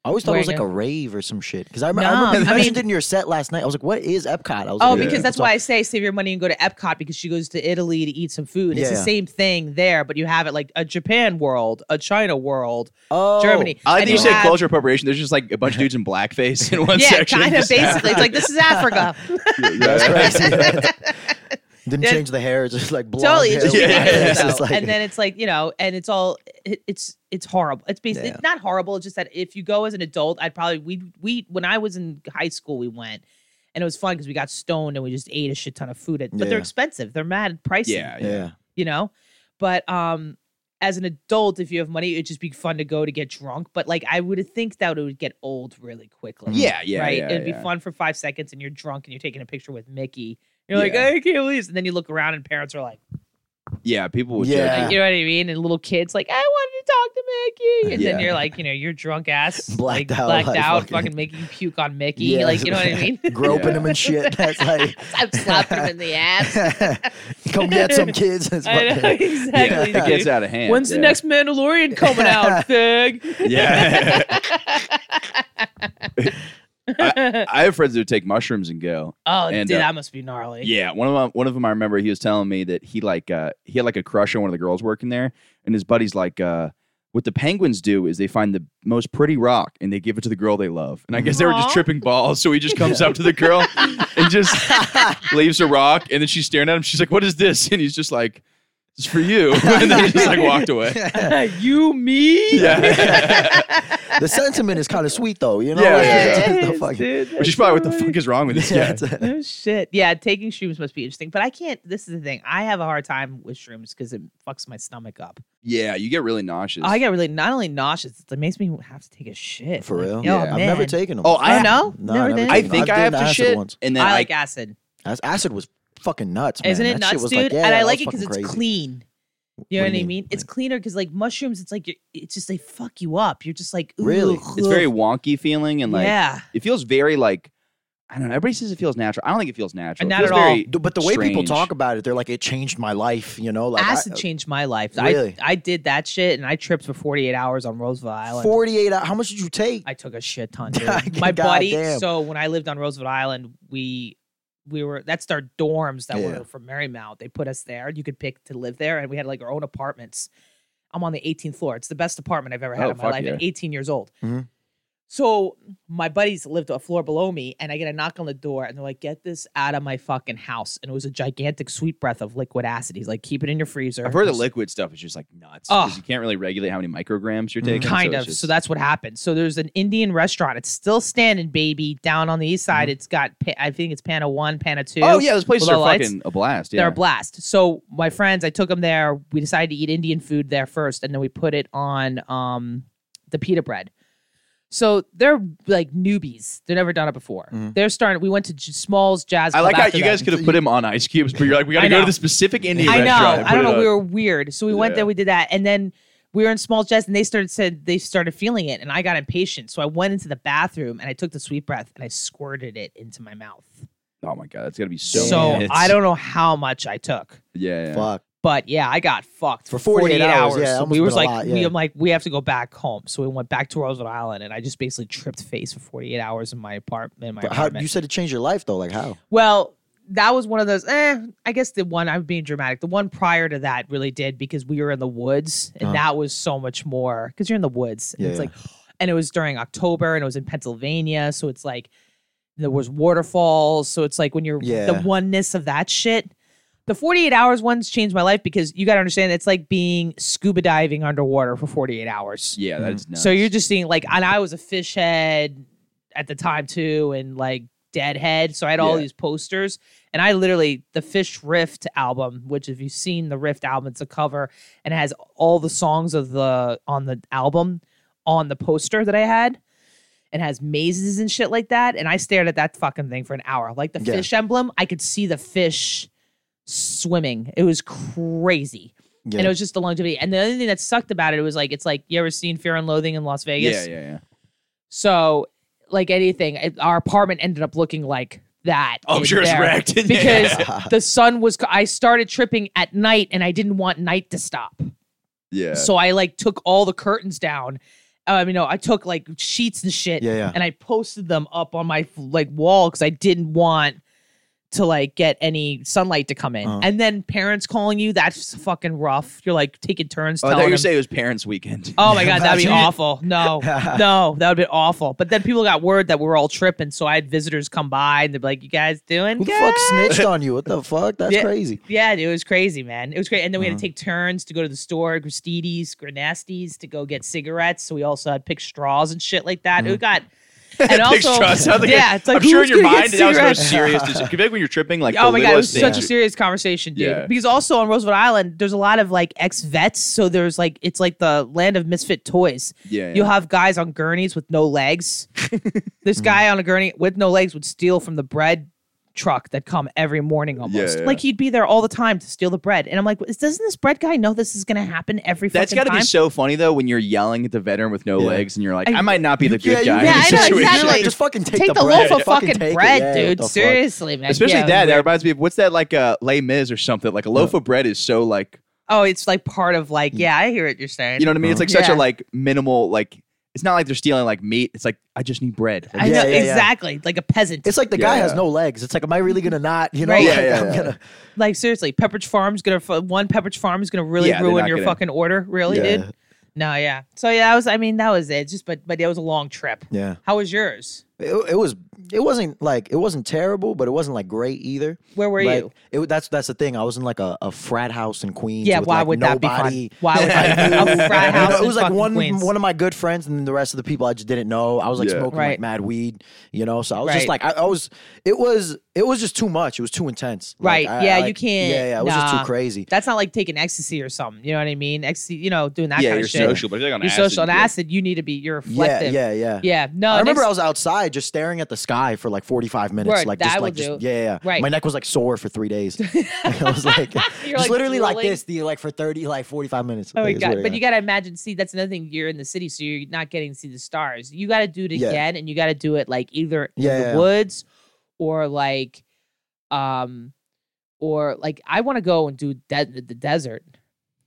I always thought it was like wearing a a- rave or some shit. Because I remember, No, I remember you I mentioned mean- it in your set last night. I was like, what is Epcot? I was Oh, like, because yeah. that's So- why I say save your money and go to Epcot because she goes to Italy to eat some food. It's Yeah. the same thing there, but you have it like a Japan world, a China world, Oh. Germany. I like and that you said have- culture appropriation. There's just like a bunch of dudes in blackface in one Yeah, section. kind of Just- basically. It's like this is Africa. That's crazy. Didn't Yeah. change the hair. It's just like blonde totally. hair It's just with Yeah, yeah, black yeah, face. It's like- and then it's like you know, and it's all it, it's it's horrible. It's basically Yeah. it's not horrible. It's just that if you go as an adult, I'd probably we we when I was in high school we went. And it was fun because we got stoned and we just ate a shit ton of food. At, but Yeah. they're expensive. They're mad pricey. yeah, yeah. yeah. you know but um as an adult if you have money it'd just be fun to go to get drunk but like i would think that it would get old really quickly Yeah, yeah, right yeah, it'd yeah. be fun for five seconds and you're drunk and you're taking a picture with mickey you're like Yeah. i can't believe this. and then you look around and parents are like Yeah, people would judge Yeah. you. you know what i mean and little kids like i wanted to talk to mickey and then Yeah. you're like you know you're drunk ass Blacked like, out, blacked like, out fucking- fucking, making puke on mickey Yeah. like you know what i mean Groping Yeah. them and shit. That's like, i've slapped him in the ass come get some kids. It's I know, fucking- exactly It dude. gets out of hand. When's the yeah. next Mandalorian coming out, Thug? Yeah. I, I have friends who take mushrooms and go. Oh, And, dude, uh, that must be gnarly. Yeah, one of them, one of them I remember he was telling me that he like uh he had like a crush on one of the girls working there and his buddies like uh what the penguins do is they find the most pretty rock and they give it to the girl they love. And I guess they were just Aw. tripping balls, so he just comes up to the girl and just leaves a rock and then she's staring at him. She's like, "What is this?" And he's just like, "It's for you." and then he just like walked away. you, me? Yeah. the sentiment is kind of sweet, though. You know? Yeah, Like, yeah, yeah. it's just the Yes, fucking- dude, Which is that's probably what the gnarly. fuck is wrong with this Yeah, guy. it's a- Oh shit! Yeah, taking shrooms must be interesting, but I can't. This is the thing. I have a hard time with shrooms because it fucks my stomach up. Yeah, you get really nauseous. I get really not only nauseous, it makes me have to take a shit. For Like, real? yo, Yeah. I've never man. taken them. Oh, Oh I no, No, never I never did? I taken 'em. think I've I have done to acid shit, once. and then I I like acid. Ac- Acid was fucking nuts, man. Isn't it That shit nuts, was dude? like, yeah, and that I was like it because fucking it's crazy. clean. You know What what, do you I mean? mean? It's cleaner because like mushrooms, it's like you're, it's just they fuck you up. You're just like Really? "Ugh, it's very ugh." wonky feeling and like yeah. it feels very like I don't know. Everybody says it feels natural. I don't think it feels natural. And It not feels at all. very D- But the way people strange. talk about it, they're like, it changed my life, you know? Like, I- Acid changed my life. Really? I I did that shit and I tripped for 48 hours on Roosevelt Island. 48 hours. How much did you take? I took a shit ton. Dude. God my buddy. damn. So when I lived on Roosevelt Island, we we were that's their dorms that Yeah. were from Marymount. They put us there. You could pick to live there, and we had like our own apartments. I'm on the 18th floor. It's the best apartment I've ever had Oh, in my fuck life at yeah. Mm-hmm. 18 years old. Mhm. So my buddies lived a floor below me, and I get a knock on the door, and they're like, "Get this out of my fucking house!" And it was a gigantic sweet breath of liquid acid. He's like, "Keep it in your freezer." I've heard the It's- liquid stuff is just like nuts Oh. because you can't really regulate how many micrograms you're Mhm. taking. Mm, Kind so of. it's just- so that's what happened. So there's an Indian restaurant. It's still standing, baby, down on the east side. It's got, pa- I think it's Pana One, Pana Two. Mm-hmm. Oh yeah, those places with are all the lights. fucking a blast. Yeah. They're a blast. So my friends, I took them there. We decided to eat Indian food there first, and then we put it on um, the pita bread. So they're like newbies. They've never done it before. Mhm. They're starting. We went to J- Smalls Jazz. Mm-hmm. I Club like how after you that. guys could have put him on ice cubes, but you're like, we got to I go to know. the specific Indian I know. restaurant. and I put don't it know. on. We were weird. So we went Yeah. there, we did that. And then we were in small jets and they started said they started feeling it and I got impatient. So I went into the bathroom and I took the sweet breath and I squirted it into my mouth. Oh my god, that's gotta be so. So, nuts. I don't know how much I took. Yeah. yeah. Fuck. But yeah, I got fucked For for 48 48, hours, hours. yeah, so that must've we was been a like, lot, we, yeah. I'm like, we have to go back home. So we went back to Roosevelt Island, and I just basically tripped face for 48 hours in my apartment. In my But how, apartment. you said it changed your life, though. Like, how? Well, that was one of those. Eh, I guess the one I'm being dramatic. The one prior to that really did because we were in the woods, and Uh-huh. that was so much more because you're in the woods. And Yeah, it's yeah. like, and it was during October, and it was in Pennsylvania, so it's like there was waterfalls. So it's like when you're Yeah. the oneness of that shit. The 48 hours ones changed my life because you got to understand it's like being scuba diving underwater for 48 hours. Yeah, that's nuts. So you're just seeing like, and I was a fish head at the time too, and like Deadhead. So I had all Yeah. these posters, and I literally the Fish Rift album, which if you've seen the Rift album, it's a cover and it has all the songs of the on the album on the poster that I had. It has mazes and shit like that, and I stared at that fucking thing for an hour. Like the Yeah. fish emblem, I could see the fish swimming. It was crazy. Yeah. And it was just the longevity. And the other thing that sucked about it, it was like, it's like, you ever seen Fear and Loathing in Las Vegas? yeah, yeah, yeah. So, like anything, it- our apartment ended up looking like that. Oh, I'm in sure it's there. wrecked. Yeah. Because the sun was, I started tripping at night and I didn't want night to stop. Yeah. So I like took all the curtains down oh, I mean, no, I took like sheets and shit, Yeah, yeah. and I posted them up on my like wall because I didn't want to like get any sunlight to come in. Uh-huh. And then parents calling you, that's fucking rough. You're like taking turns. Oh, I telling thought you were them- saying it was parents' weekend. Oh my god, that'd be Imagine. awful. No, no, that would be awful. But then people got word that we were all tripping, so I had visitors come by and they'd be like, "You guys doing Who the good?" fuck snitched on you? What the fuck? That's Yeah. crazy. Yeah, dude, it was crazy, man. It was great. And then we Mm-hmm. had to take turns to go to the store, Gristiti's, Granastis, to go get cigarettes. So we also had pick straws and shit like that. Mm-hmm. It got and Big also stress. I was like, yeah, it's like I'm sure who's in your gonna get mind that was the most cigarettes? serious. Decision. Could be like when you're tripping, like Oh the my god, it was littlest such a thing. serious conversation, dude. Yeah. Because also on Roosevelt Island, there's a lot of like ex vets, so there's like it's like the land of misfit toys. Yeah, Mm-hmm. yeah. you'll have guys on gurneys with no legs. this guy on a gurney with no legs would steal from the bread truck that come every morning almost. yeah. Like he'd be there all the time to steal the bread, and I'm like, doesn't this bread guy know this is gonna happen every? That's fucking got to be time? so funny though when you're yelling at the veteran with no Yeah. legs and you're like, I- I might not be the good yeah, guy in this I know, situation. exactly. Like, just fucking take, Take the, bread. loaf of Yeah. fucking take it. bread, Yeah, what dude. the fuck? Seriously, man. Especially Yeah, that. That weird. reminds me of what's that like uh, Les Mis or something? Like a loaf of bread is so like Oh, it's like part of like, yeah, I hear what you're saying. Mm. you know what I mean? It's like such Yeah. a like minimal like it's not like they're stealing like meat. It's like I just need bread. I Yeah, know yeah, yeah. exactly, like a peasant. It's like the Yeah, guy has yeah. no legs. It's like, am I really gonna not? You know, Right. like, Yeah, yeah, I'm yeah. gonna. Like seriously, Pepperidge Farm's gonna fu- one Pepperidge Farm is gonna really Yeah, they're ruin not your gonna- fucking order, really, Yeah. dude. No, yeah. So yeah, that was. I mean, that was it. Just but but it was a long trip. Yeah, How was yours? it, it was. It wasn't like it wasn't terrible, but it wasn't like great either. Where were Like, you? It, that's that's the thing. I was in like a, a frat house in Queens. Yeah, with, why like, would that be nobody. fun? Why would that be a frat You know, house? it was like one Queens. one of my good friends, and then the rest of the people I just didn't know. I was like Yeah. smoking Right. like mad weed, you know. So I was just Right. like, I, I was. It was it was just too much. It was too intense. Right. Like, I- Yeah, I, you like- can't- Yeah, yeah. It was just nah. too crazy. That's not like taking ecstasy or something. You know what I mean? Ecstasy, you know, doing that yeah, kind you're of shit. social, but if you're like on You're acid, social on you get- acid. You need to be. You're Yeah, reflective. yeah, yeah. Yeah. No. I remember next- I was outside just staring at the sky for like 45 minutes. Word, like that just will like just do. yeah, yeah, yeah. Right. My neck was like sore for three days. I was like You're, just like, literally like drooling. this, the like for 30, like 45 minutes. Oh my Like, I swear god! to But you gotta imagine. See, that's another thing. You're in the city, so you're not getting to see the stars. You gotta do it Yeah. again, and you gotta do it like either Yeah, in yeah, the yeah. woods or like, um, or like I want to go and do de- the desert.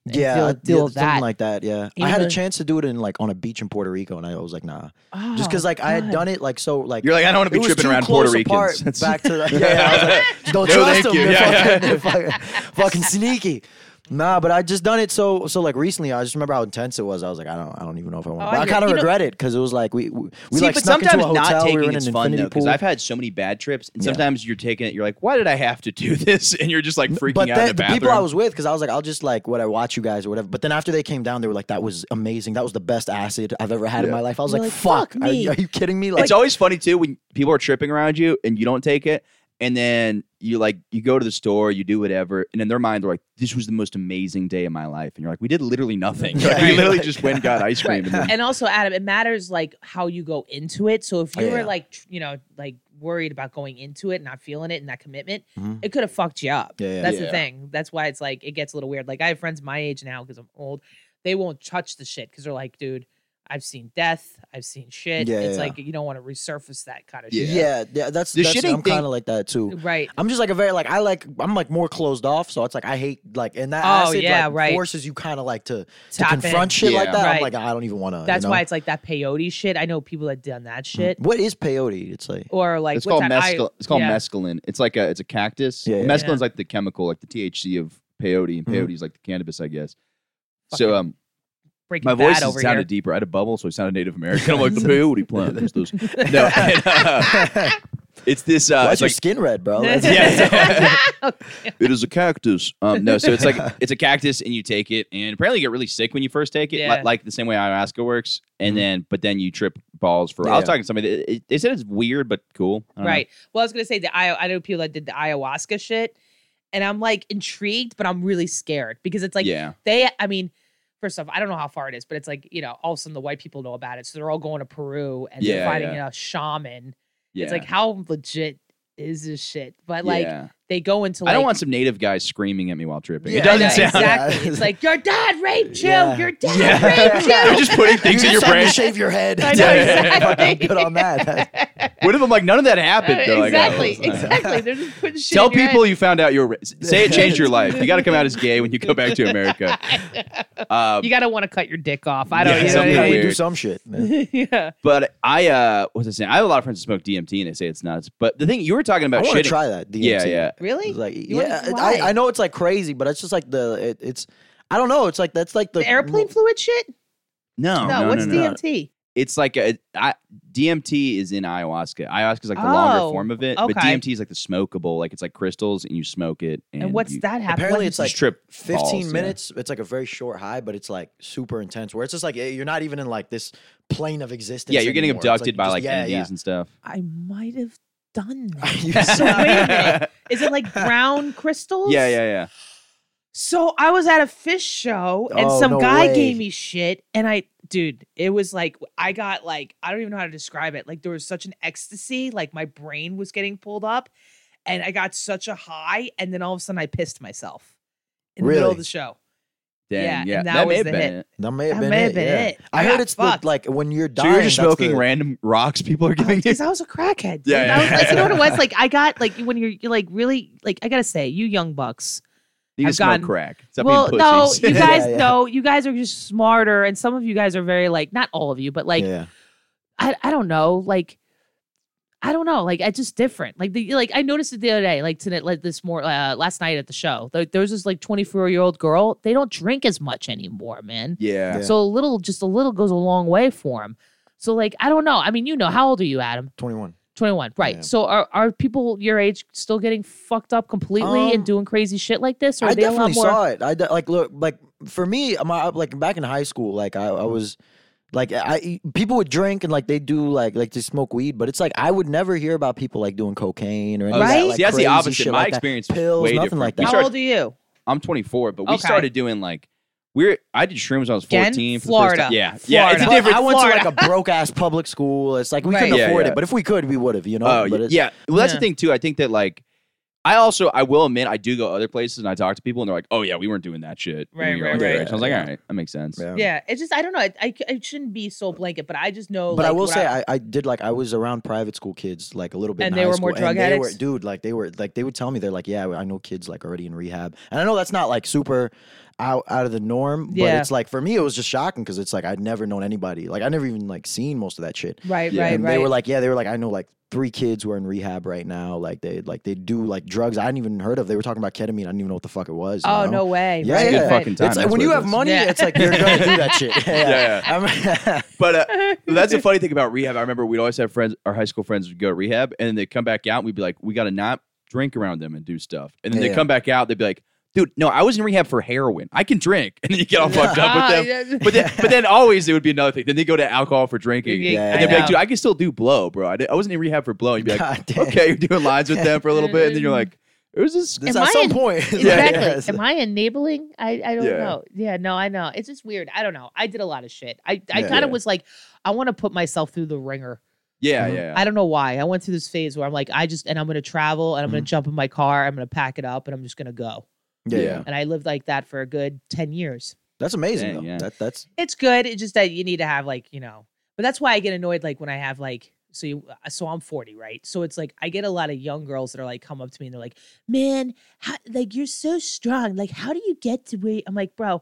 and yeah, deal, I- deal yeah, with something that. like that. Yeah, You I had know- a chance to do it in like on a beach in Puerto Rico, and I was like, nah, just because Oh, like I had God. done it like so like You're like, I don't want to it be was tripping too around close Puerto apart Ricans. That's- Back to the, yeah, yeah, I was like, don't No, trust thank them. you. They're, Yeah, fucking, they're fucking, fucking sneaky. Nah, but I just done it so so like recently. I just remember how intense it was. I was like, I don't, I don't even know if I want. Oh, to I but I hear- kind of you know- regret it because it was like we we, we See, like but snuck into sometimes a hotel. not we taking were in it's an fun infinity though, because pool. I've had so many bad trips, and Yeah. sometimes you're taking it, you're like, why did I have to do this? And you're just like freaking but out then in the bathroom. people I was with, because I was like, I'll just like what I watch you guys or whatever. But then after they came down, they were like, that was amazing. That was the best acid I've ever had in my life. I was You're like, like, fuck, fuck are, me. you- are you kidding me? Like, it's always funny too when people are tripping around you and you don't take it, and then you like you go to the store, you do whatever, and in their mind they're like, "This was the most amazing day of my life," and you're like, "We did literally nothing. Like, we Right. literally just went and got ice cream." and then- and also adam it matters like how you go into it so if you Yeah, were yeah. like tr- you know like worried about going into it not feeling it and that commitment Mhm. it could have fucked you up Yeah, yeah. that's the Yeah. thing that's why it's like it gets a little weird like i have friends my age now because i'm old they won't touch the shit because they're like dude i've seen death i've seen shit Yeah, it's yeah, like you don't want to resurface that kind of Yeah. shit yeah, yeah, that's, The that's shitty I'm thing- kind of like that too. right I'm just like a very like I like I'm like more closed off, so it's like I hate like and that Oh, acid yeah, like, right. forces you kind of like to, to Tap in. confront shit like Yeah. that. Right. I'm like I don't even want to. that's you know? Mm. Mm-hmm. why it's like that peyote shit i know people that done that shit Oh, What is peyote? It's like or like it's what's called that? I- mescal. It's called yeah. mescaline. It's like a it's a cactus. Yeah, yeah. Mescaline's Yeah. like the chemical, like the THC of peyote, and Mhm. peyote is like the cannabis, I guess. Fucking So um, Breaking my Bad voice over sounded here. deeper. I had a bubble, so I sounded Native American. I'm like the peyote plant. There's those. No, and, uh, it's this. Uh, it's why's your like skin red, bro? Like, it is a cactus. Um, no, so it's like it's a cactus, and you take it, and apparently you get really sick when you first take it, li- Yeah. like, the same way ayahuasca works. And Mhm. then, but then you trip balls for. I was Yeah. talking to somebody. It, it- they said it's weird, but cool. I don't know. Right. Well, I was gonna say the I I know people that did the ayahuasca shit, and I'm like intrigued, but I'm really scared because it's like yeah. they. I mean, first off, I don't know how far it is, but it's like you know, all of a sudden the white people know about it, so they're all going to Peru and they're Yeah, finding yeah. a shaman. Yeah. It's like how legit is this shit? But like Yeah. they go into like I don't want some native guys screaming at me while tripping. Yeah, it doesn't yeah, sound. exactly. Yeah. It's like your dad raped you. Yeah. Your dad Yeah. raped you. They're just putting things in your brain. shave your head. I know exactly. Good on that. What if I'm like, none of that happened? Uh, though? Like, oh, exactly, it's not- exactly. They're just putting shit. Tell in your people head. you found out you were. ra- Say it changed your life. You got to come out as gay when you go back to America. Uh, you gotta want to cut your dick off. I don't. Yeah, you know something what I mean? Yeah, you do weird. Uh, some shit. man. yeah. but I, uh, what was I saying? I have a lot of friends who smoke DMT and they say it's nuts. But the thing you were talking I about, want to shitting. try that. DMT. Yeah, yeah. Really? It's Like, You wanna- yeah, why? I, I know it's like crazy, but it's just like the it, it's. I don't know. It's like that's like the, the airplane fluid shit? No, No, no, no, what's no, no. DMT? It's like a I, DMT is in ayahuasca. Ayahuasca is like the Oh, longer form of it, but okay. DMT is like the smokable. Like it's like crystals, and you smoke it. And, And, what's you, that happen? Apparently, what- it's like trip fifteen balls, yeah. minutes. It's like a very short high, but it's like super intense. Where it's just like eh, you're not even in like this plane of existence. Yeah, you're getting anymore. It's like abducted you by just- like yeah, NDS yeah. and stuff. I might have done that. You so wait a sound- minute. Is it like brown crystals? Yeah, yeah, yeah. So I was at a fish show and Oh, some no guy way. gave me shit and I dude, it was like I got like I don't even know how to describe it. Like there was such an ecstasy, like my brain was getting pulled up and I got such a high and then all of a sudden I pissed myself in the middle Really? of the show. Yeah, Damn, and yeah. that That may was have the been hit. it. That may have That been, may it, have been yeah. it. I I heard got it's the- fucked. like when you're So dying. you're just that's smoking the- random rocks people Oh, are giving you. Because I was a crackhead. dude. Yeah, yeah. I was like, you know what it was? Like I got like when you're, you're like really like I gotta say, you young bucks. You I've just smoke gotten- crack. Stop being well, no, pussies. you guys yeah. know, you guys are just smarter, and some of you guys are very like, not all of you, but like, yeah. I, I don't know, like, I don't know, like, I just different. Like the like I noticed it the other day, like tonight, like this more uh, last night at the show. Like, there was this like twenty four year old girl. They don't drink as much anymore, man. yeah. Yeah. So a little, just a little, goes a long way for them. So like, I don't know. I mean, you know, how old are you, Adam? 21. Twenty one, right? Yeah. So are are people your age still getting fucked up completely Um, and doing crazy shit like this, or are I they a lot definitely more? saw it. I de- like look like for me, my like back in high school, like I, I was like I people would drink and like they do like like they smoke weed, but it's like I would never hear about people like doing cocaine or anything. Right? Like, Oh, See, that's the crazy opposite. shit My like that. experience was pills, way nothing different. like We that. How started- old are you? I'm 24, but we Okay. started doing like we're. I did shrooms when I was 14. Again, for the first Florida. time. Yeah, yeah. It's Florida. a But different. I went Florida. to like a broke ass public school. It's like we Right. couldn't Yeah, afford yeah. it, but if we could, we would have. You know. Oh, but yeah, it- yeah. Well, that's Yeah. the thing too. I think that like, I also I will admit I do go other places and I talk to people and they're like, oh yeah, we weren't doing that shit. when Right, we were right, like that right. age." I was like, all right, that makes sense. Yeah. Yeah, it's just I don't know. I, I, I shouldn't be so blanket, but I just know. But I like, will what say I, I did like I was around private school kids like a little bit, And in they high were more school, drug and they addicts? Were, dude, like they were like they would tell me they're like, yeah, I know kids like already in rehab, and I know that's not like super out out of the norm, Yeah. but it's like for me it was just shocking because it's like I'd never known anybody, like I never even like seen most of that shit, right, Yeah. right, and right. they were like, yeah, they were like, I know like three kids who are in rehab right now, like they like they do like drugs I hadn't even heard of. They were talking about ketamine, I didn't even know what the fuck it was. you oh know? no way! Yeah, right, yeah. Good right. fucking time. It's that's like, when what you it have is. money, Yeah. it's like you're gonna do that shit. Yeah, I'm- But uh, that's the funny thing about rehab. I remember we'd always have friends, our high school friends would go to rehab and then they'd come back out and we'd be like, we got to not drink around them and do stuff. And then Yeah, they yeah. come back out, they'd be like, dude, no, I was in rehab for heroin. I can drink. And then you get all fucked up Ah, with them. yeah. But then, but then always it would be another thing. Then they go to alcohol for drinking. Yeah, and I they'd be know. like, dude, I can still do blow, bro. I, di- I wasn't in rehab for blow. And you'd be like, God damn. okay, you're doing lines with them for a little bit. And then you're like, it was this. This Am at I some in- point. It's like, exactly. yeah, it's Am like- I enabling? I, I don't Yeah. know. Yeah, no, I know. It's just weird. I don't know. I did a lot of shit. I, I Yeah. kind Yeah. of was like, I want to put myself through the ringer. Yeah, Mhm. yeah. I don't know why. I went through this phase where I'm like, I just and I'm gonna travel and I'm gonna jump in my car. I'm gonna pack it up and I'm just gonna go. yeah, Yeah. yeah. And I lived like that for a good ten years. That's amazing Dang, though. yeah. That, that's it's good. It's just that you need to have like you know. But that's why I get annoyed like when I have like so you uh, so I'm 40 right. So it's like I get a lot of young girls that are like come up to me and they're like, "Man, how, like you're so strong. Like how do you get to where?" I'm like, "Bro."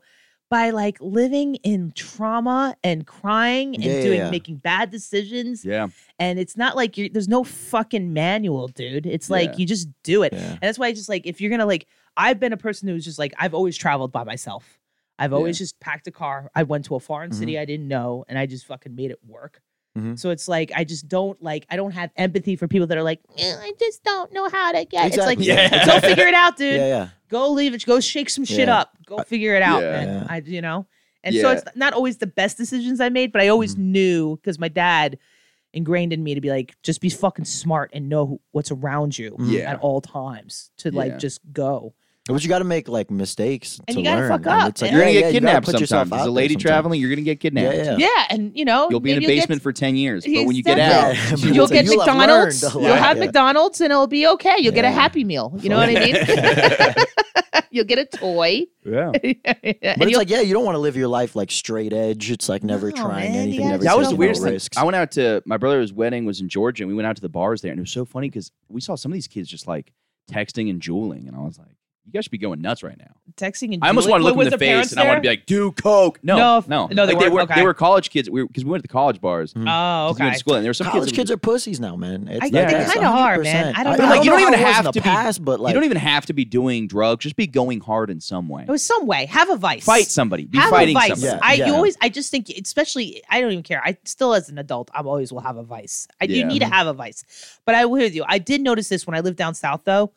By like living in trauma and crying and Yeah, yeah, doing yeah. making bad decisions, Yeah. and it's not like you're there's no fucking manual, dude. It's like Yeah. you just do it. yeah. And that's why I just like if you're gonna like I've been a person who's just like I've always traveled by myself. I've always just packed a car. I went to a foreign city I didn't know and I just fucking made it work. Mhm. So it's like I just don't like I don't have empathy for people that are like "Eh, I just don't know how to get. Exactly. It's like Yeah. go figure it out, dude. Yeah, yeah. Go leave it. Go shake some shit Yeah. up. Go figure it out, yeah. man. Yeah. I you know. And so Yeah. Mm-hmm. it's not always the best decisions I made, but I always knew because my dad ingrained in me to be like just be fucking smart and know who- what's around you Yeah. at all times to like Yeah. just go. But you got to make like mistakes And to you gotta learn. fuck and up, It's like, man. You're gonna yeah, get yeah, you gotta kidnapped put yourself sometimes. As out a there lady sometime. traveling, you're gonna get kidnapped. Yeah, yeah. Yeah, and you know You'll be in maybe a you'll get- basement for ten years, but when you get out, Exactly. Yeah. you you'll will get take- You'll have McDonald's. learned a You'll lot, have yeah. McDonald's, and it'll be okay. You'll get a Yeah. Happy Meal. You know what I mean? you'll get a toy. Yeah. and But it's you'll- like, yeah, you don't want to live your life like straight edge. It's like never No, trying man, you anything. gotta Never That was the taking no weirdest thing. risks. I went out to my brother's wedding was in Georgia, and we went out to the bars there, and it was so funny because we saw some of these kids just like texting and jeweling, and I was like, "You guys should be going nuts right now." texting and I almost want to look in the face, and I want to be like, "Do coke?" No, No, no, f- no, they Like, they weren't, were okay. they were college kids. We because we went to college bars. Mm. oh, 'cause We went okay. to school, and there were some College kids. that kids were- are pussies now, man. It's I- like, they that's kinda are, 100%. man. I don't know. I, Like, you know don't how even it was have in to the be- past, but like, you don't even have to be doing drugs. Just be going hard in some way. It was Oh, some way. Have a vice. Fight somebody. Be have a fighting vice. somebody. Yeah. I you always. I just think, especially. I don't even care. I still, as an adult, I'm always will have a vice. I, You Yeah. need to have a vice. But I will with you. I did notice this when I lived down south, though.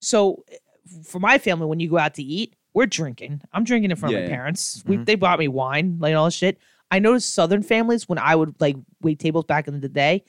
So, eh, for my family, when you go out to eat, we're drinking. I'm drinking in front of Yeah, my yeah. Mm-hmm. parents. We, Mhm. they bought me wine, like all this shit. I noticed Southern families when I would like wait tables back in the day.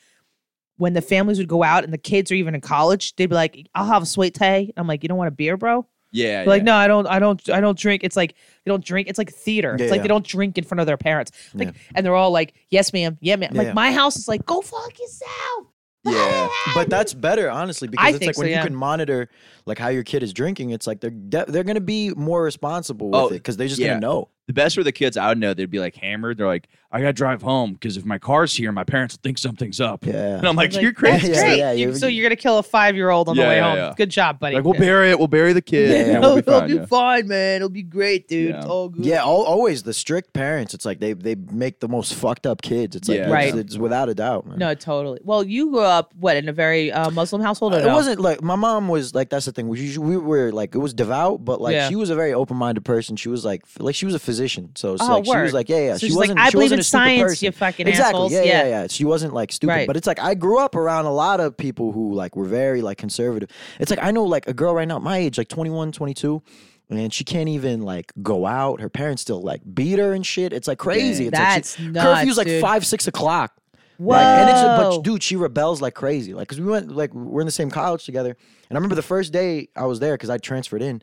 When the families would go out and the kids are even in college, they'd be like, "I'll have a sweet tea." I'm like, "You don't want a beer, bro?" Yeah, Like, yeah. no, I don't, I don't, I don't drink. It's like they don't drink. It's like theater. Yeah, it's like yeah. they don't drink in front of their parents. Like, Yeah. and they're all like, "Yes, ma'am. Yeah, ma'am." Yeah, like yeah. my house is like, "Go fuck yourself." Yeah. But that's better, honestly, because it's think like when so, you yeah. can monitor like how your kid is drinking. It's like they're de- they're gonna be more responsible with Oh, it because they're just yeah. gonna know. The best were the kids I would know. They'd be like hammered. They're like, I gotta drive home because if my car's here, my parents will think something's up. Yeah. And I'm like, Like, you're crazy. That's Yeah, great. yeah, You- you're- so you're gonna kill a five year old on the Yeah, way yeah, home. yeah. Good job, buddy. Like, we'll Yeah. bury it. We'll bury the kid. Yeah, and we'll be it'll fine, yeah. fine, man. It'll be great, dude. Yeah. It's all good. Yeah, al always the strict parents. It's like they they make the most fucked up kids. It's like Yeah. it's- Right. it's, without a doubt. man. No, totally. Well, you grew up what in a very uh, Muslim household. Or It no? wasn't like my mom was like that's the thing. We, we were like it was devout, but like Yeah. she was a very open minded person. She was like f- like she was a physician, so, so Oh, like, she word. was like yeah yeah. So she she's like, wasn't. "I she believe wasn't in a stupid science, person. you fucking exactly. assholes. Yeah, Yeah. yeah, yeah, She wasn't like stupid, Right. but it's like I grew up around a lot of people who like were very like conservative. It's like I know like a girl right now my age, like 21, 22, and she can't even like go out. Her parents still like beat her and shit. It's like crazy. It's That's like she, nuts, curfew's like dude. five six o'clock. Whoa. Like, and it's but dude, she rebels like crazy. Like, cause we went like we're in the same college together. And I remember the first day I was there because I transferred in.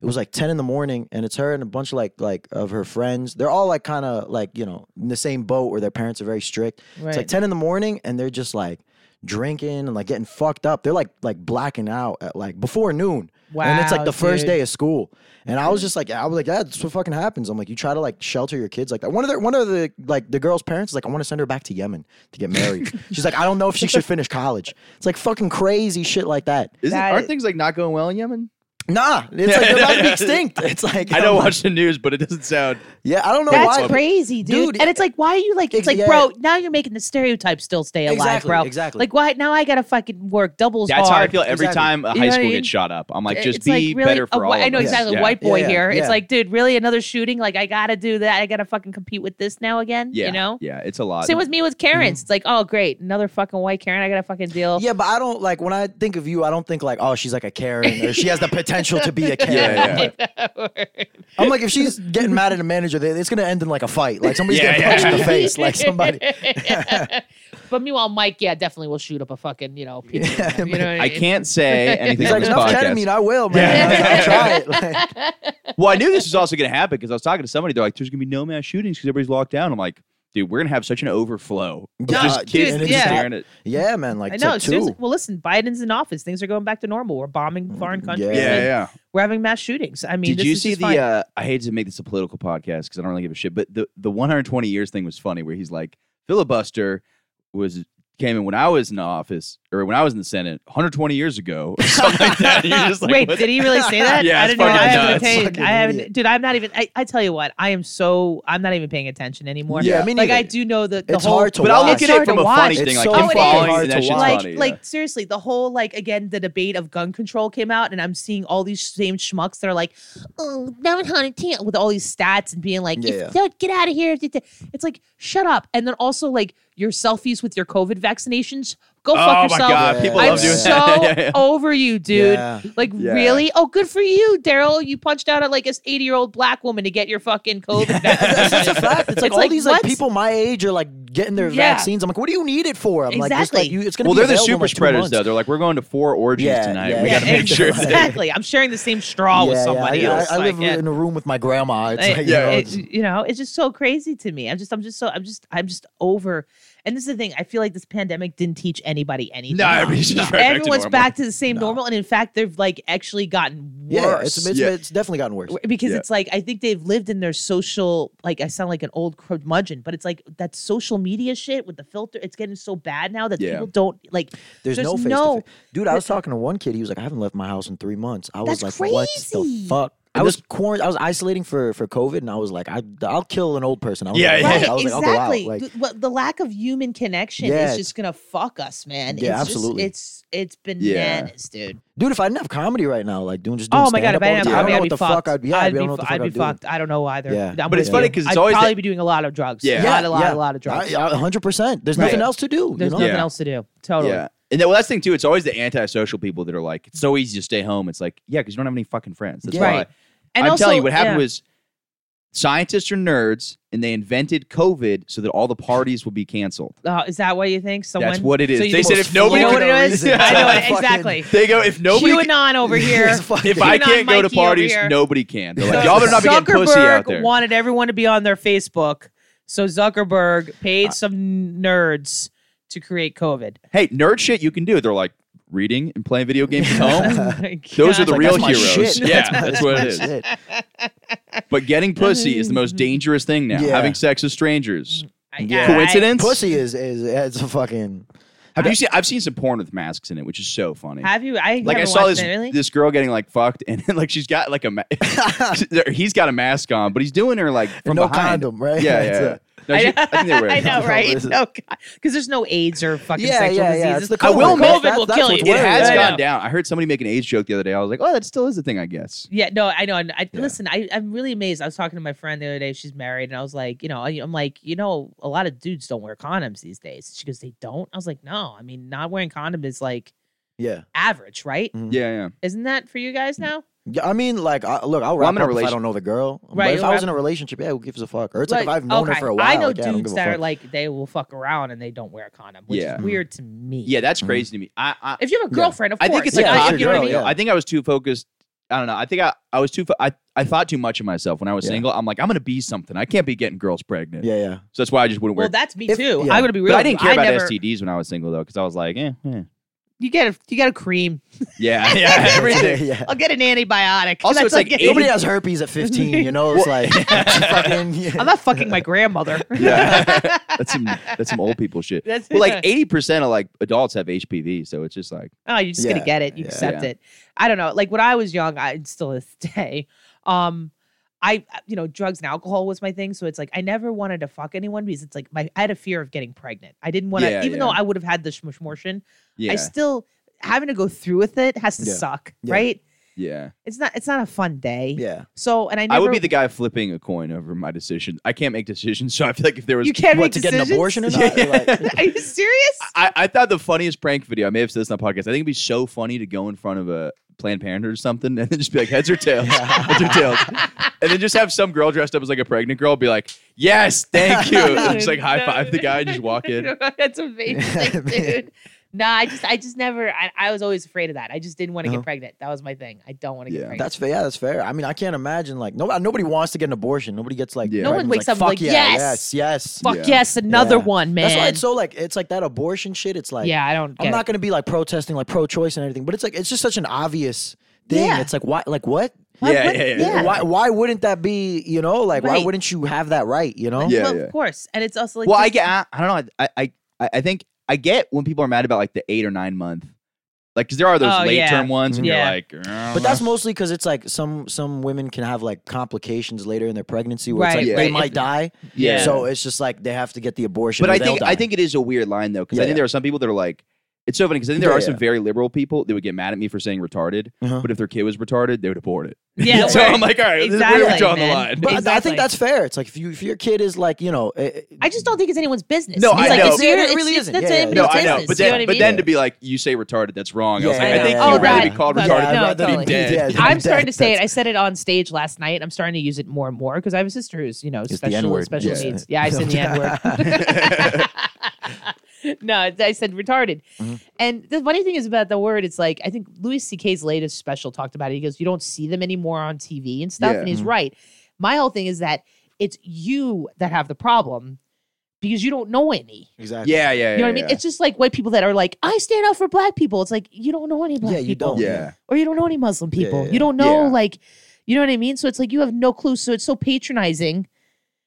It was like ten in the morning, and it's her and a bunch of like like of her friends. They're all like kind of like you know in the same boat where their parents are very strict. It's Right. like ten in the morning, and they're just like drinking and like getting fucked up. They're like like blacking out at like before noon. And it's Wow, like the first dude. day of school. And Mm-hmm. I was just like, I was like, yeah, that's what fucking happens. I'm like, you try to like shelter your kids like that. One of the one of the like the girl's parents is like, I want to send her back to Yemen to get married. She's like, I don't know if she should finish college. It's like fucking crazy shit like that. Isn't, That aren't is- things like not going well in Yemen? Nah. It's like they're about to be extinct. It's like I don't I'm like, watch the news, but it doesn't sound. Yeah, I don't know That's why. crazy, dude. Dude, And it's like, why are you like? It's ex- like, yeah. bro, now you're making the stereotype still stay alive, Exactly, bro. exactly. Like, why now I gotta fucking work doubles That's how I hard. feel every Exactly. time You a high know what I school mean? gets shot up. I'm like, It- just it's be like really better a for whi- all. I of know us. exactly. Yeah. White boy Yeah, here. It's yeah. like, dude, really another shooting? Like, I gotta do that. I gotta fucking compete with this now again. Yeah, You know. yeah, it's a lot. Same with me with Karen's. It's like, oh great, another fucking white Karen. I gotta fucking deal. Mm-hmm. Yeah, but I don't like when I think of you, I don't think like, oh, she's like a Karen or she has the potential to be a Karen. yeah. I'm like, if she's getting mad at a manager, they- it's gonna end in like a fight. Like somebody's Yeah, getting yeah. punched in the face. Like somebody. but meanwhile, Mike, yeah, definitely will shoot up a fucking, you know, pizza. you know what I I mean? can't say anything He's on like, this enough podcast. ketamine, I will, man. I will try it. Like, well, I knew this was also going to happen because I was talking to somebody. They're like, "There's going to be no mass shootings because everybody's locked down." I'm like, "Dude, we're going to have such an overflow of Yeah, just kids dude, just yeah. staring at." yeah, man. Like, I it's know. like seriously. two. Well, listen, Biden's in office. Things are going back to normal. We're bombing foreign countries. Mm, Yeah, and yeah. We're having mass shootings. I mean, Did this you is see just the? fine. Uh, I hate to make this a political podcast because I don't really give a shit. But the the 120 years thing was funny, where he's like filibuster was came in when I was in the office or when I was in the Senate 120 years ago or something like that. And you're just like, Wait, what? did he really say that? Yeah, I it's didn't know. I fucking haven't nuts. paid. Fucking I haven't, idiot. dude. I'm not even. I, I tell you what. I am so. I'm not even paying attention anymore. Yeah, me like I neither. do know that the It's whole. hard to but I'll watch. look It's at it hard from to a funny watch. thing, It's like so him fucking falling, hard and to that shit's watch. like funny. yeah. like seriously the whole like again the debate of gun control came out and i'm seeing all these same schmucks that are like oh 910 with all these stats and being like Yeah, if yeah. don't get out of here it's like shut up and then also like your selfies with your covid vaccinations Go fuck oh yourself. my god, people I'm love doing so that. Yeah, yeah. over you, dude. Yeah. Like Yeah. really? Oh, good for you, Daryl. You punched out at like this 80 year old black woman to get your fucking COVID. That's vaccine. such a fact. It's like all these what? like people my age are like getting their Yeah. vaccines. I'm like, what do you need it for? I'm like, just like Exactly. you, it's gonna Well, be they're the available in, super like, two spreaders months. though. They're like, we're going to four orgies Yeah, tonight. yeah, we yeah. got to make sure. that- Exactly. I'm sharing the same straw with Yeah, somebody yeah. I- else. I, I like, live yeah. in a room with my grandma. It's It- like, yeah, you know, it- it's- you know, it's just so crazy to me. I'm just, I'm just so, I'm just, I'm just over. And this is the thing. I feel like this pandemic didn't teach anybody anything. No, everybody's just right Everyone's back to normal. back to the same normal, and in fact, they've like actually gotten worse. yeah, it's, it's, Yeah. it's definitely gotten worse. W- because Yeah. it's like I think they've lived in their social. Like I sound like an old curmudgeon, but it's like that social media shit with the filter. It's getting so bad now that Yeah. people don't like. There's, there's no face no- dude. I was talking to one kid. He was like, I haven't left my house in three months. I was like, That's what the crazy. fuck? I was quarant- I was isolating for for COVID, and I was like, I, I'll kill an old person. I was Yeah, like, yeah. fuck. Right, I was like, I'll go out. exactly. Like, Th- well, the lack of human connection Yeah. is just gonna fuck us, man. Yeah, it's absolutely. Just, it's it's Yeah. bananas, dude. dude, if I didn't have comedy right now, like doing just doing Oh my god, if stand-up I all didn't the have time, comedy, I don't know I'd what be the fuck fucked. I'd be. I I'd don't be, know what the fu- fuck I'd be I'd do. fucked. I don't know either. Yeah. I'm But with it's funny you. 'cause it's I'd always the- probably be doing a lot of drugs. Yeah. a lot, a lot, a lot of drugs. Yeah, hundred percent. There's Right. nothing else to do. There's you know? nothing Yeah. else to do. Totally. Yeah. And then, well, that's the thing too. It's always the antisocial people that are like, it's so easy to stay home. It's like, yeah, because you don't have any fucking friends. That's Yeah. why. Right. And I'm also, telling you, what happened yeah. was scientists are nerds, and they invented COVID so that all the parties will be canceled. Uh, is that what you think? Someone, That's what it is. So you They think- said if nobody you know could- what it is, Yeah. I know it Fucking- exactly. They go if nobody. can- QAnon over here. It's fucking- if I QAnon can't go to Mikey over parties, here. nobody can. They're like, y'all better not be getting pussy Zuckerberg out there. wanted everyone to be on their Facebook, so Zuckerberg Uh, paid some nerds to create COVID. hey, nerd shit you can do. They're like reading and playing video games at home. Those are the God. real That's my heroes. shit. Yeah, that's what it is. Shit. But getting pussy is the most dangerous thing now. Yeah. Having sex with strangers. I- yeah, Coincidence? Pussy is is it's a fucking. Have you seen? I've seen some porn with masks in it, which is so funny. I- have you? I like I haven't saw watched this it, really? this girl getting like fucked, and then, like she's got like a ma- he's got a mask on, but he's doing her like from no behind. condom, right? Yeah, It's yeah. yeah. a- No, she- I think they wear I it. know, right? Listen. No, because there's no AIDS or fucking Yeah, sexual yeah, yeah. diseases. It's the I will COVID. admit- COVID will That's- kill that's you. what's It has I know. gone down. I heard somebody make an AIDS joke the other day. I was like, oh, that still is a thing, I guess. Yeah, no, I know. And I listen. I, I'm really amazed. I was talking to my friend the other day. She's married, and I was like, you know, I, I'm like, you know, a lot of dudes don't wear condoms these days. She goes, they don't. I was like, no. I mean, not wearing condom is like Yeah. average, right? Mm. Mm-hmm. Yeah, yeah. Isn't that for you guys now? Yeah, I mean, like, I, look, I'll Well, wrap I'm in a up if I relation- don't know the girl. Right, But if you'll I was wrap- in a relationship, yeah, who gives a fuck? Or it's like, if I've known her for a while, I know like, yeah, I don't dudes give a that fuck. are like they will fuck around and they don't wear a condom, which Yeah. is weird to me. Yeah, Mm-hmm. that's crazy to me. I, I, If you have a Yeah. girlfriend, of I course. think it's Yeah, a it's cop your you know what I girl, mean? yeah. I think I was too focused. I don't know. I think I, I was too. Fo- I I thought too much of myself when I was Yeah. single. I'm like, I'm gonna be something. I can't be getting girls pregnant. yeah, yeah. So that's why I just wouldn't wear. Well, that's me If- too. yeah. I'm gonna be but real. I didn't care about never- STDs when I was single though, because I was like, eh, eh. You get a you get a cream. yeah, yeah, everything. yeah. I'll get an antibiotic. Also, That's it's like okay. eighty- Nobody has herpes at 15, you know? It's like, fucking. Yeah. I'm not fucking my grandmother. Yeah, that's some that's some old people shit. That's- well, like eighty percent of like adults have HPV, so it's just like Oh, you're just Yeah, gonna get it. You yeah. accept Yeah. it. I don't know. Like when I was young, I and still this day. Um, I you know drugs and alcohol was my thing, so it's like I never wanted to fuck anyone because it's like my I had a fear of getting pregnant. I didn't want to, Yeah, even yeah. though I would have had the shmushmortion. yeah, I still having to go through with it has to Yeah. suck, Yeah. right? yeah. It's not it's not a fun day. yeah. So and I never I would be the guy flipping a coin over my decision. I can't make decisions, so I feel like if there was you can't What, make to get an decisions? abortion or not? Like, Are you serious? I, I thought the funniest prank video, I may have said this on the podcast. I think it'd be so funny to go in front of a Planned Parenthood or something and then just be like, heads or tails, heads or tails. And then just have some girl dressed up as like a pregnant girl be like, yes, thank you. And just like high five the guy and just walk in. That's amazing, dude. Nah, I just, I just never, I, I was always afraid of that. I just didn't want to Uh-huh. get pregnant. That was my thing. I don't want to Yeah. get pregnant. That's fair. Yeah, that's fair. I mean, I can't imagine like nobody. Nobody wants to get an abortion. Nobody gets like. Yeah. No one pregnant, wakes like, up and "Fuck like, yeah, yes." yes, yes. Fuck Yeah. yes, another Yeah. one, man. That's why it's so like it's like that abortion shit. It's like yeah, I don't. Get I'm not it. going to be like protesting like pro-choice and everything, but it's like it's just such an obvious thing. Yeah. It's like why like what? Why Yeah, wouldn't- yeah, yeah. Why why wouldn't that be, you know, like why Right. wouldn't you have that right, you know? Yeah, well, yeah. of course. And it's also like, well, I this- get, I, I don't know. I, I, I, I think I get when people are mad about like the eight or nine month, like, cause there are those Oh, late yeah. term ones and Yeah. you're like, "I But don't know." that's mostly cuz it's like some some women can have like complications later in their pregnancy where Right, it's like right. they might die. Yeah. So it's just die. So it's just like they have to get the abortion But or I they'll think die. I think it is a weird line though, because Yeah, I think yeah. there are some people that are like, It's so funny because I think there Yeah, are some yeah. very liberal people that would get mad at me for saying retarded, Uh-huh. but if their kid was retarded, they would abort it. Yeah, so right. I'm like, all right, Exactly, we're drawing the man. line. But I- I Exactly. think that's fair. It's like if you if your kid is like you know, eh, eh, I just don't think it's anyone's business. No, it's I like, know. It's your, Yeah, it it's, really it's, isn't. That's Yeah, yeah, No, I know, business, you but then, know what I but mean? then to be like, you say retarded, that's wrong. I was Yeah, like, I I, know. think Oh, you would rather that- be called but- retarded no, than totally. be dead. Yeah, I'm that- starting to say it. that's- I said it on stage last night. I'm starting to use it more and more because I have a sister who's you know It's the special N-word. special Yeah. needs. Yeah, I said the N word. no, it's- I said retarded. Mm-hmm. And the funny thing is about the word. It's like I think Louis C.K.'s latest special talked about it. He goes, "You don't see them anymore on TV and stuff," Yeah. and he's right. My whole thing is that it's you that have the problem because you don't know any. exactly. Yeah, yeah, yeah. You know what I mean? It's just like white people that are like, I stand up for black people. It's like you don't know any black Yeah, you people don't. yeah. or you don't know any Muslim Yeah, people. yeah, You don't know Yeah. like you know what I mean? So it's like you have no clue. So it's so patronizing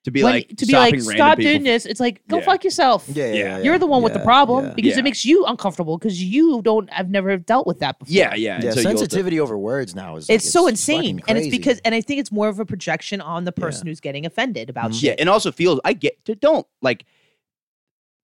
To be when- like, to be like, stopping random stop people doing this. It's like, go Yeah. fuck yourself. Yeah, yeah, Yeah. yeah, You're the one with the yeah, problem yeah. because Yeah. it makes you uncomfortable because you don't I've never dealt with that before. Yeah, yeah. and Yeah, so you have to- sensitivity over words now is like, It's, so insane. fucking And it's crazy. because and I think it's more of a projection on the person who's getting offended about shit. Mm-hmm. Yeah, and also feels I get to don't like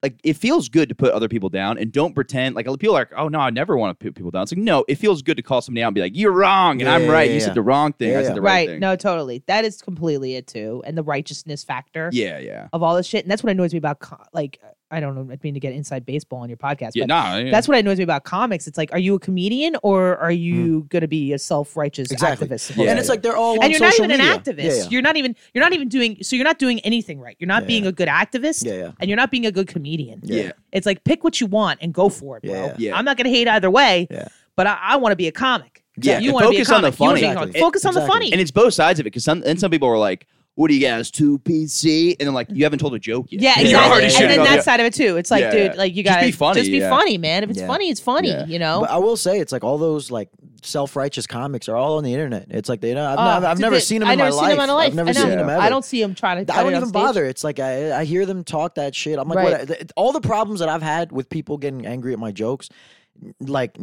like it feels good to put other people down and don't pretend like people are like oh no I never want to put people down. It's like no, it feels good to call somebody out and be like you're wrong and Yeah, I'm yeah, right. yeah, you yeah. said the wrong thing. I Yeah, yeah. said the right, right. thing. No, totally. That is completely it too. And the righteousness factor Yeah, yeah, of all this shit. And that's what annoys me about co- like I don't know, I mean to get inside baseball on your podcast, yeah. but Nah, yeah. That's what annoys me about comics. It's like, are you a comedian or are you going to be a self-righteous Exactly. activist? Hmm. Yeah. and it's like they're all on and you're not social even media. an activist. Yeah, yeah. You're not even you're not even doing so you're not doing anything right. You're not Yeah. being a good activist Yeah, yeah. and you're not being a good comedian. yeah. yeah. It's like pick what you want and go for it, bro. Yeah. Yeah. I'm not going to hate either way, Yeah. but I, I want to be a comic. Yeah, you and want to be a focus on the comic. You wanna be a funny. comic. Exactly. Focus on the Exactly. funny. And it's both sides of it because some and some people are like, "What do you guys two PC?" And they're like, "You haven't told a joke yet." yeah, You're exactly. already And shitting then on that the- side of it too. It's like, Yeah, dude, yeah. like you Just got be funny, Just be yeah. funny, man. If it's Yeah. funny, it's funny. Yeah. You know. But I will say it's like all those like self-righteous comics are all on the internet. It's like they don't. I've, Oh, not- I've dude, never they- seen them I in never my seen life. Them in my life. I've never I seen know. them ever. I don't see him trying to. I don't on even stage. bother. It's like I, I hear them talk that shit. I'm like, Right. what, uh, th- all the problems that I've had with people getting angry at my jokes, like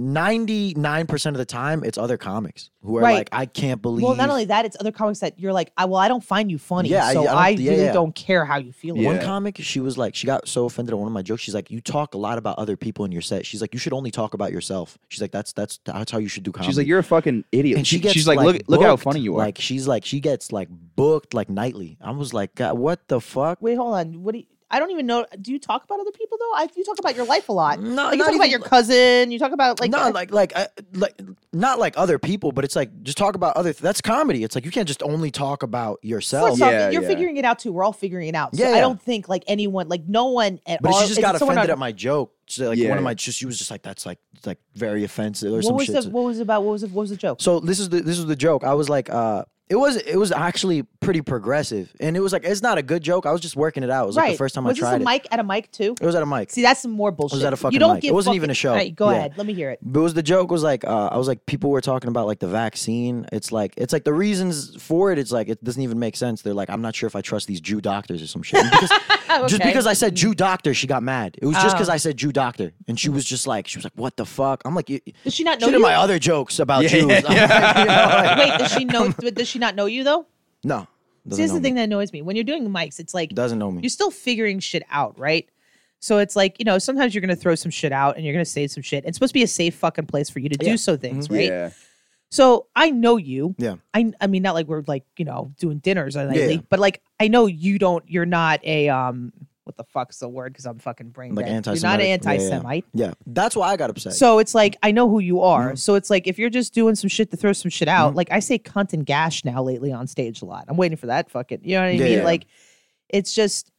99% of the time, it's other comics who are Right. like, I can't believe. Well, not only that, it's other comics that you're like, I, well, I don't find you funny, Yeah, I- so I don't- I, yeah, really yeah. don't care how you feel. One about it. comic, she was like, she got so offended at one of my jokes. She's like, you talk a lot about other people in your set. She's like, you should only talk about yourself. She's like, that's that's that's how you should do comedy. She's like, "You're a fucking idiot." and she gets she's like, "Look, look how booked. funny you are." Like she's like, she gets like booked like nightly. I was like, God, what the fuck? Wait, hold on. What do you, I don't even know. Do you talk about other people though? I, you talk about your life a lot. No, Like, you not talk about even- your cousin. You talk about like uh, no, I- like like I, like not like other people, but it's like just talk about other. Th- that's comedy. It's like you can't just only talk about yourself. First off, Yeah, you're yeah. figuring it out too. We're all figuring it out. So Yeah, I yeah. don't think like anyone, like no one at But all. she just if got someone offended on- at my joke. So like Yeah, one of yeah. my, she, she was just like, "That's like it's, like very offensive" or What some was shit. the So- what was about what was the, what was the joke? So this is the this is the joke. I was like, uh, it was it was actually pretty progressive, and it was like it's not a good joke. I was just working it out. It was right. like the first time was I tried this a it. mic at a mic too? It was at a mic. See, that's some more bullshit. at a you fucking don't mic. give It wasn't even fucking- a show. All right, go Yeah. ahead. Let me hear it. But it was the joke was like uh, I was like people were talking about like the vaccine. It's like it's like the reasons for it. It's like it doesn't even make sense. They're like I'm not sure if I trust these Jew doctors or some shit. And because- Just Okay. Oh. because I said Jew doctor, she got mad. It was just because I said Jew doctor, and she was just like she was like what the fuck. I'm like you- Does she not know she did you? my other jokes about Jews. I'm like, you know, like, Wait, does she know? does she not know you though? no, See, doesn't that's know the me. thing that annoys me. When you're doing mics, it's like doesn't know me. you're still figuring shit out, right? So it's like, you know, sometimes you're gonna throw some shit out and you're gonna say some shit. It's supposed to be a safe fucking place for you to do so things, right? Mm-hmm. yeah, So I know you. Yeah. I I mean, not like we're like, you know, doing dinners or yeah. lately, but like I know you don't you're not a um what the fuck's the word? Because I'm fucking brain like dead. anti. You're not an anti Semite. Yeah, that's why I got upset. So it's like I know who you are. Mm-hmm. So it's like if you're just doing some shit to throw some shit out, like I say cunt and gash now lately on stage a lot. I'm waiting for that fucking you know what I Yeah, mean? yeah. Like it's just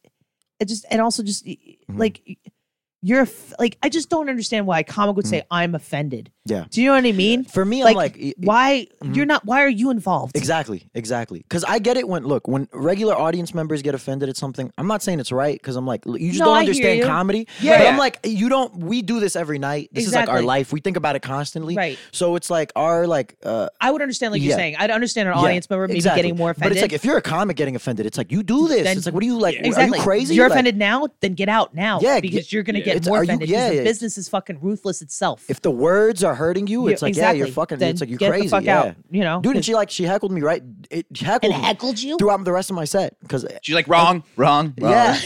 it just and also just y- y- Mm-hmm. like y- you're aff- like I just don't understand why a comic would say I'm offended. Mm-hmm. Yeah. Do you know what I mean? for me, Like, I'm like y- mm-hmm. y- why you're not why are you involved? Exactly, exactly. Because I get it when look when regular audience members get offended at something. I'm not saying it's right because I'm like l- you just No, don't I hear understand you. comedy. Yeah. but I'm like you don't. We do this every night. This is like our Exactly. life. We think about it constantly. Right. So it's like our like. uh I would understand like you're Yeah. saying. I'd understand an yeah, audience member maybe exactly. getting more offended. But it's like if you're a comic getting offended, it's like you do this. Then- it's like what are you like? Are exactly. you crazy? You're Like, offended now, then get out now. Yeah, Because get- you're gonna yeah. get It's- more are you- offended yeah, because the yeah. business is fucking ruthless itself. If the words are hurting you, Yeah, it's like yeah, you're exactly. fucking. Then it's like you're get the crazy. fuck yeah. out, you know? dude. And she like she heckled me right. It she heckled me heckled you? throughout the rest of my set because She's like, wrong, wrong, wrong. yeah,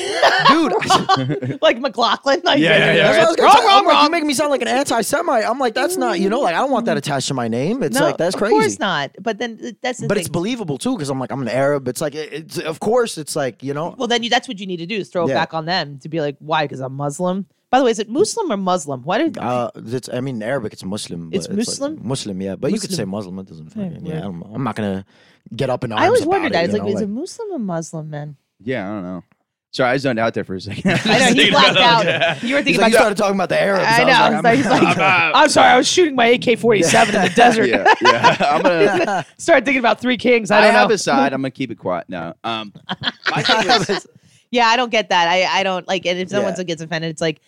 dude. like McLaughlin. Like, Yeah, yeah, yeah. That's what I Wrong, was gonna wrong, say. wrong, I'm like, You make me sound like an anti-Semite. I'm like, that's not, you know, like I don't want that attached to my name. It's like that's crazy. Of course not. But then th- that's the But thing. it's believable too, because I'm like, I'm an Arab. It's like, it- it's of course, it's like, you know, well, then you, that's what you need to do is throw Yeah. it back on them to be like, why? Because I'm Muslim. By the way, is it Muslim or Muslim? Why did uh, it's. I mean, in Arabic, it's Muslim. but It's like Muslim? Muslim, yeah. But you could say Muslim. It doesn't. Fucking, yeah, I'm, I'm not gonna get up in arms. I always about wondered that. It, It's you like, know, is it Muslim or Muslim, man? Yeah, I don't know. Sorry, I zoned out there for a second. I know he blacked out. You were He's thinking like, you about. started talking about the Arabs. I know. was like, I'm- he's like, he's like, I'm sorry. I was shooting my AK-47 in the desert. yeah, yeah. I'm gonna. Started thinking about Three Kings. I I, don't know. have a side. I'm gonna keep it quiet. No. Um. My thing was, Yeah, I don't get that. I I don't like. And if someone Yeah. gets offended, it's like,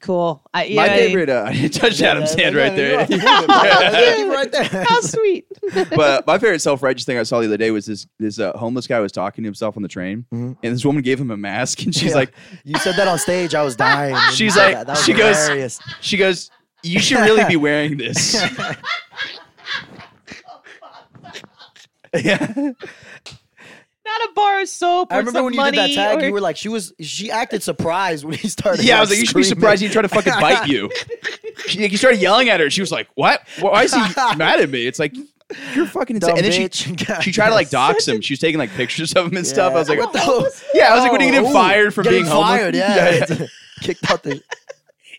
cool. I, you my know what I mean? favorite. Uh, I touched Adam's hand right there. Yeah, right there. How sweet. but my favorite self-righteous thing I saw the other day was this this uh, homeless guy was talking to himself on the train, Mm-hmm. and this woman gave him a mask, and she's Yeah. like, You said that on stage. I was dying. when you She's said like- that. That was she goes- hilarious. she goes, "You should really be wearing this." yeah, Not a bar of soap. I or remember some when you did money that tag, or- you were like, she was, she acted surprised when he started. yeah. I was like, "You should be screaming. surprised he tried to fucking bite you." She, like, he started yelling at her. She was like, "What? Why is he mad at me?" It's like you're fucking insane. Dumb and then bitch. she she tried to like dox him. She was taking like pictures of him and stuff. I was like, What the hell? "Yeah." I was like, "What are you Oh, getting ooh, fired for getting being homeless?" fired, yeah. Kicked out the.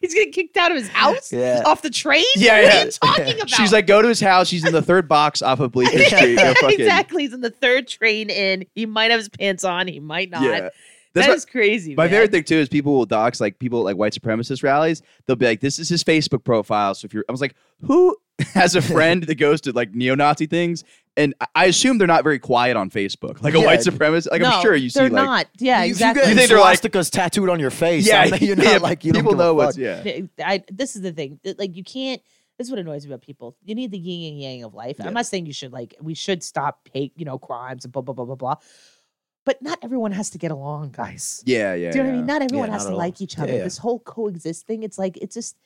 He's getting kicked out of his house Yeah. off the train. Yeah, what yeah. are you talking about? She's like, go to his house. She's in the third box off of Bleecker Street. Go fucking- exactly. He's in the third train in. He might have his pants on. He might not. Yeah. That's That's my, crazy. my man. favorite thing too is people will dox like people at, like white supremacist rallies. They'll be like, this is his Facebook profile. So if you're, I was like, who has a friend that goes to like neo-Nazi things? And I- I assume they're not very quiet on Facebook. Like a Yeah. white supremacist. Like no, I'm sure you see They're like, not. Yeah, you, exactly. You, You think think they're they're like- swastikas tattooed on your face. yeah, I mean, you're not yeah, like you don't people give a know what's fuck. yeah. I, this is the thing. that, Like you can't. This is what annoys me about people. You need the yin and yang of life. I'm not saying you should like. We should stop hate. You know, crimes and blah blah blah blah blah. But not everyone has to get along, guys. Yeah, yeah. Do you know what I yeah. mean? Not everyone not has at to all. like each other. Yeah, yeah. This whole coexist thing. It's like it's just.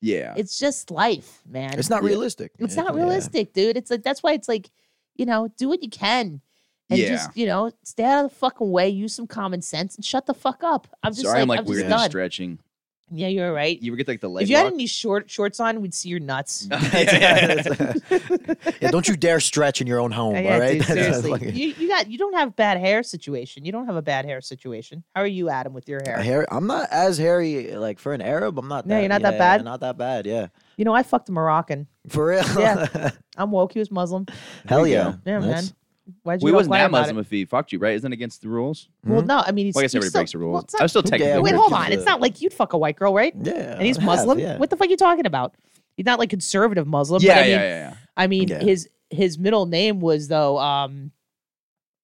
Yeah. It's just life, man. It's not Yeah. realistic. It's Yeah. not Yeah. realistic, dude. It's like that's why it's like, you know, do what you can. And Yeah. just, you know, stay out of the fucking way, use some common sense and shut the fuck up. I'm just Sorry, like, I'm like I'm weird just and done. stretching. Yeah, you're right. You ever get like the leg if you had lock? any short shorts on, we'd see your nuts. yeah, don't you dare stretch in your own home. Yeah, all yeah, right. dude, That's seriously. fucking- you, you got you don't have bad hair situation. You don't have a bad hair situation. How are you, Adam, with your hair? Hairy- I'm not as hairy like for an Arab. I'm not. No, that, you're not that yeah, bad? Not that bad. Yeah. You know, I fucked a Moroccan. For real. Yeah. I'm woke. He was Muslim. Hell you yeah. go. Yeah, man. That's- Why'd you we go wasn't quiet that about Muslim It? if he fucked you, right? Isn't it against the rules? Well, no, I mean, he's, Hmm? Well, I guess he's everybody still- breaks the rules. well, it's I was not- still Who technically. Yeah, Wait, we're hold just on. It's a- not like you'd fuck a white girl, right? Yeah. and he's I have, Muslim. yeah. What the fuck are you talking about? He's not like conservative Muslim. yeah, but I mean, yeah, yeah, yeah. I mean Yeah. his his middle name was though um,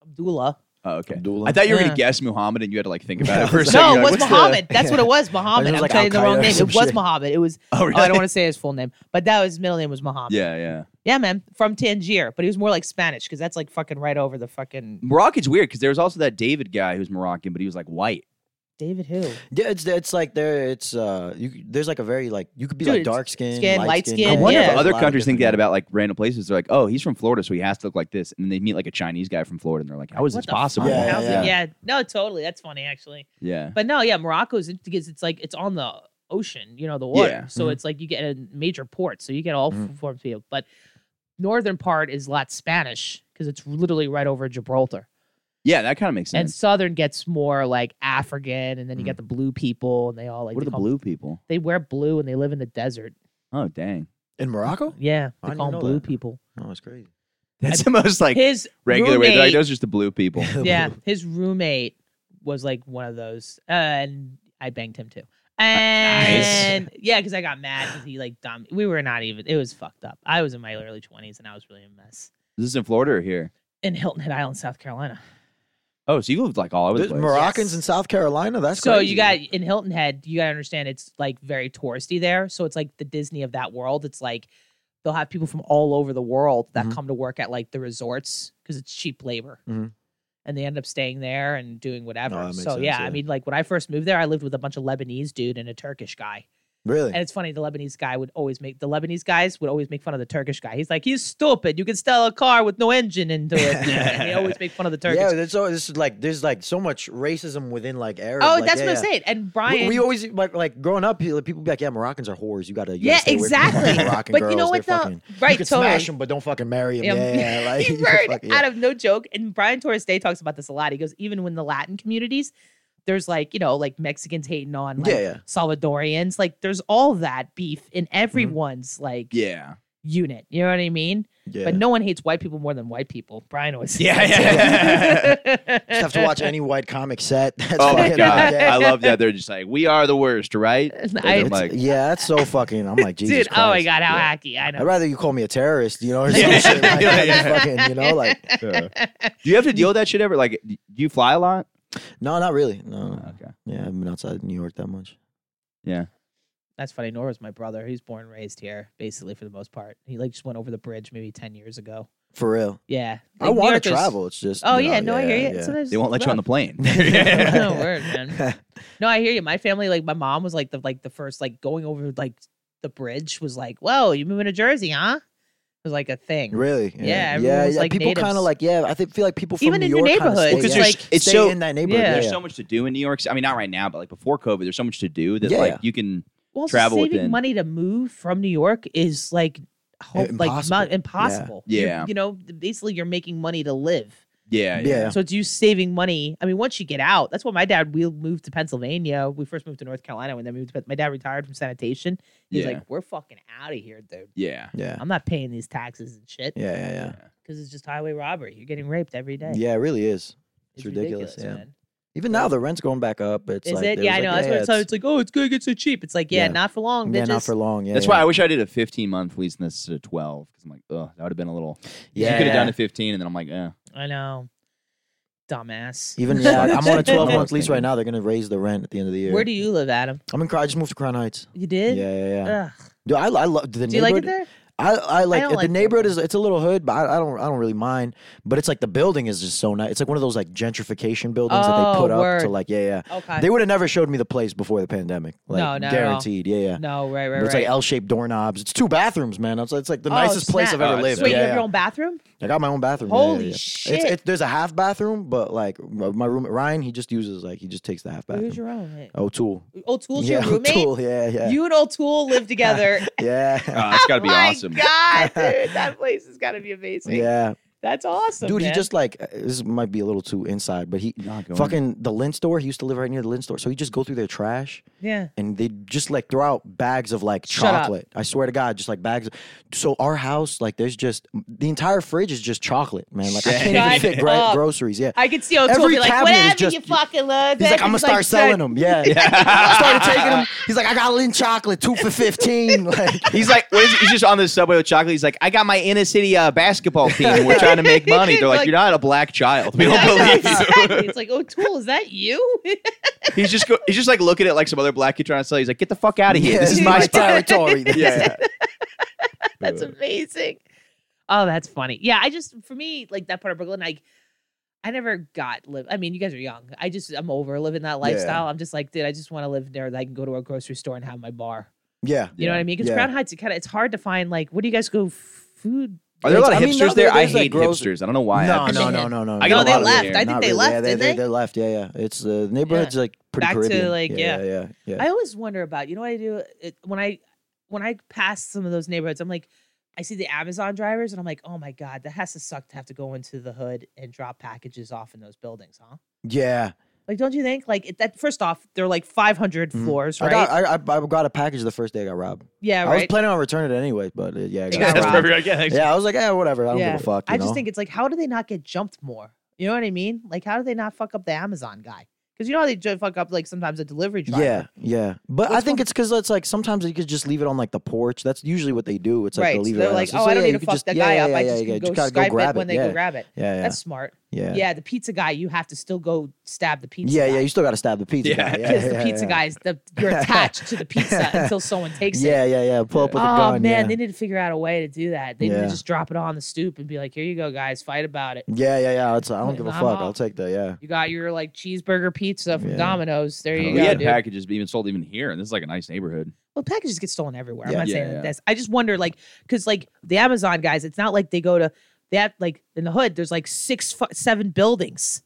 Abdullah. Oh, okay. Abdullah. I thought you were Yeah. gonna guess Muhammad, and you had to like think about it for a second. No, it You're like, was "What's the-" Muhammad. That's what it was, Muhammad. was I'm like telling you the Al-Qaeda wrong or name. some It was shit. Muhammad. It was. Oh, I don't really? want to say his full name, but that was his middle name was Muhammad. Yeah, yeah. yeah, man, from Tangier, but he was more like Spanish because that's like fucking right over the fucking Moroccan's weird because there was also that David guy who's Moroccan, but he was like white. David who. Yeah, it's it's like there. It's uh, you there's like a very like you could be Dude, like it's dark skin, skin, light, light skin. skin, I wonder Yeah. if There's other countries think that about like random places. They're like, oh, he's from Florida, so he has to look like this, and then they meet like a Chinese guy from Florida, and they're like, how is What this the fuck? possible? Yeah, How's it- yeah. yeah, no, totally. That's funny actually. yeah. But no, yeah, Morocco's it- because it's like it's on the ocean, you know, the water. Yeah. mm-hmm. So it's like you get a major port, so you get all Mhm. forms of people. But northern part is a lot Spanish because it's literally right over Gibraltar, Yeah, that kind of makes and sense. southern gets more like African, and then you got the blue people, and they all like what they are the call- blue people? They wear blue and they live in the desert. Oh, dang. in Morocco. Yeah, I they didn't call them know blue that. people. Oh, it's crazy. That's the most like His regular way. roommate, They're like, those are just the blue people. yeah, his roommate was like one of those, uh, and I banged him too. And yeah, because I got mad because he like dumb. We were not even. It was fucked up. I was in my early twenties and I was really a mess Is this in Florida or here? in Hilton Head Island, South Carolina. Oh, so you lived like all over the There's place. Moroccans Yes. in South Carolina. That's so crazy. you got in Hilton Head. You gotta understand it's like very touristy there. So it's like the Disney of that world. It's like they'll have people from all over the world that Mhm. come to work at like the resorts because it's cheap labor. Mhm. and they end up staying there and doing whatever. Oh, that makes so sense, yeah, I yeah. mean, like when I first moved there, I lived with a bunch of Lebanese dude and a Turkish guy. Really? And it's funny, the Lebanese guy would always make the Lebanese guys would always make fun of the Turkish guy. He's like, "He's stupid. You can steal a car with no engine into it." and they always make fun of the Turkish. Yeah, there's so this is like there's like so much racism within like Arab. oh, like, that's yeah, what yeah. I'm saying. And We- Brian, We, always like like growing up, people people be like, yeah, Moroccans are whores. You gotta you Yeah, gotta stay away from fucking exactly. Moroccan But you girls. know They're what, though? fucking- Right, you can totally. smash them, but don't fucking marry them. Yeah. Yeah, like you you're heard fucking- yeah. out of no joke. And Brian Torres Day talks about this a lot. He goes, even when the Latin communities, there's like, you know, like Mexicans hating on like Yeah, yeah. Salvadorians. Like there's all that beef in everyone's like Yeah. unit. You know what I mean? yeah. But no one hates white people more than white people. Brian always says Yeah, that. Just have to watch any white comic set. That's Oh my fucking- god, yeah. I love that. They're just like, we are the worst, right? I- I'm like, yeah, that's so fucking. I'm like, Jesus Dude, oh my Christ. god, how Yeah. hacky. I I'd know. rather you call me a terrorist, you know, or some shit like Yeah, that. yeah. Fucking, you know, like do you have to deal with that shit ever? Like, do you fly a lot? no, not really. No, Uh, Okay. yeah, I haven't been outside New York that much. Yeah. That's funny. Nora's my brother. He's born and raised here, basically for the most part. He like just went over the bridge maybe ten years ago. For real, Yeah. I Like, New want York to is- travel. It's just Oh you yeah, know, no, I hear you. yeah. Sometimes They won't let it's you on rough. the plane. Oh, word, man. No, I hear you. My family, like my mom, was like the like the first like going over like the bridge was like, whoa, you moving to Jersey, huh? It was like a thing. Really? Yeah, everyone was like people natives. kind of like yeah. I think feel like people from Even New in your York kinda neighborhood, stay, it's yeah, like- it's stay so- in that neighborhood. yeah. Yeah, There's so much to do in New York. City. I mean, not right now, but like before COVID, there's so much to do that Yeah. like you can. Well, also Travel saving within. money to move from New York is like ho- like Impossible. not impossible. Yeah. You're- Yeah. you know, basically you're making money to live. Yeah. yeah. yeah. So it's you saving money. I mean, once you get out, that's why my dad we moved to Pennsylvania. We first moved to North Carolina when then we moved to, my dad retired from sanitation. He's Yeah. like, we're fucking out of here, dude. Yeah. Yeah. I'm not paying these taxes and shit. Yeah, yeah, yeah. because it's just highway robbery. You're getting raped every day. Yeah, it really is. it's it's ridiculous, yeah. man. Even now, the rent's going back up. It's Is like, it? there Yeah, was I know. like, That's what yeah, it's, so it's like, oh, it's gonna get so cheap. It's like, yeah, Yeah. not for long. yeah, bitches. not for long. Yeah, That's yeah. why I wish I did a 15 month lease and this is a 12 because I'm like, oh, that would have been a little. 'cause Yeah. You could have done a 15, and then I'm like, eh. I know, dumbass. Even yeah, I'm on a 12 month lease Thinking. right now. They're gonna raise the rent at the end of the year. Where do you live, Adam? I'm in. Cro- I just moved to Crown Heights. You Yeah, did? yeah, yeah. Ugh. Dude, I, I love the Do you like it neighborhood- there? I, I like don't the like neighborhood Brooklyn. is it's a little hood, but I, I don't I don't really mind. But it's like the building is just so nice. It's like one of those like gentrification buildings that Oh, they put up word. to like yeah yeah. Okay. They would have never showed me the place before the pandemic. Like, No, no, no. guaranteed. Yeah, yeah. no, right, right, But right. it's like L-shaped doorknobs. It's two bathrooms, man. It's, it's like the Oh, nicest place snap. I've ever Oh, lived. Wait, yeah, you have your yeah. own bathroom? I got my own bathroom. yeah, Holy yeah, yeah. shit. It's, it, there's a half bathroom, but like my room, Ryan, he just uses like he just takes the half Who's bathroom. your own? O'Toole. O'Toole's yeah, your roommate. O'Toole. Yeah, yeah, You and O'Toole live together. yeah, Oh, it's got to be My awesome. God, dude, that place has got to be amazing. yeah. That's awesome, Dude, man. he just like uh, this might be a little too inside, but he Not going. fucking the lint store. He used to live right near the lint store, so he just go through their trash yeah. and they just like throw out bags of like Shut up. chocolate. I swear to God, just like bags. So our house, like, there's just the entire fridge is just chocolate, man. Like I can't even Shut fit gra- up. groceries. Yeah, I could see O'Toole Every be like, cabinet is whatever just- you fucking love. He's like, I'm gonna start selling them. Yeah. I started taking them. He's like, I got lint chocolate, two for fifteen. Like, He's like, what is, he's just on this subway with chocolate. He's like, I got my inner city uh, basketball team. and We're trying to make money. They're like, Like- you're not a black child. We don't believe you. Exactly. It's like, O'Toole, is that you? He's just go, he's just like looking at like some other black kid trying to sell. He's like, get the fuck out of here. this is my spot. territory. Yeah, that's amazing. Oh, that's funny. Yeah, I just for me, like that part of Brooklyn, like I never got live. I mean, you guys are young. I just I'm over living that lifestyle. I'm just like, dude, I just want to live there that I can go to a grocery store and have my bar. yeah. You know what I mean? Because Yeah. Crown Heights, it kind of it's hard to find. Like, what do you guys go f- food? Are there a lot of I mean, hipsters no, there- there? I there's, like, hate gross- hipsters. I don't know why. No, I've- no, no, no, no. I got No, a they lot of left. there. I think Not they really. left, Yeah, they, didn't they? they left. Yeah, yeah. It's the neighborhood's like pretty Back to, Caribbean. like, yeah, yeah. yeah. I always wonder about. You know what I do it, when I when I pass some of those neighborhoods. I'm like, I see the Amazon drivers, and I'm like, oh my god, that has to suck to have to go into the hood and drop packages off in those buildings, huh? yeah. Like, don't you think? Like it, that. First off, they're like 500 Mhm. floors, I right? got I, I, I got a package the first day I got robbed. yeah, I was right. planning on returning it anyway, but uh, yeah, I got Yeah, robbed. That's Rob. perfect. I guess. Yeah, I was like, yeah, whatever. I don't Yeah. give a fuck. you I just know? think it's like, how do they not get jumped more? You know what I mean? Like, how do they not fuck up the Amazon guy? Because you know how they ju- fuck up like sometimes a delivery driver. Yeah, yeah, but I What's think wrong- it's because it's like sometimes you could just leave it on like the porch. That's usually what they do. It's like right. they So leave they're it. on the like, house. oh, So, I don't yeah, need you to could fuck just- that yeah, guy yeah, up. I yeah, just yeah, can you go just gotta Skype grab it when it. they yeah. go grab it. Yeah, yeah. That's smart. yeah. That's smart. Yeah. Yeah, the pizza guy, you have to still go stab the pizza. Yeah, guy. yeah, you still got to stab the pizza. Yeah. guy. yeah, because yeah, the pizza yeah. guy is the you're attached to the pizza until someone takes Yeah, it. yeah, yeah. Pull up with a oh gun. man, yeah. they need to figure out a way to do that. They need Yeah. to just drop it on the stoop and be like, "Here you go, guys, fight about it. yeah, yeah, yeah. It's, I don't Like, give a I'm fuck. up. I'll take that. Yeah. You got your like cheeseburger pizza from Yeah. Domino's. Oh, There you we go, had dude. packages even sold even here, and this is like a nice neighborhood. well, packages get stolen everywhere. I'm Yeah. not saying Yeah, that yeah. this. I just wonder, like, because like the Amazon guys, it's not like they go to that like in the hood. There's like six, fu- seven buildings.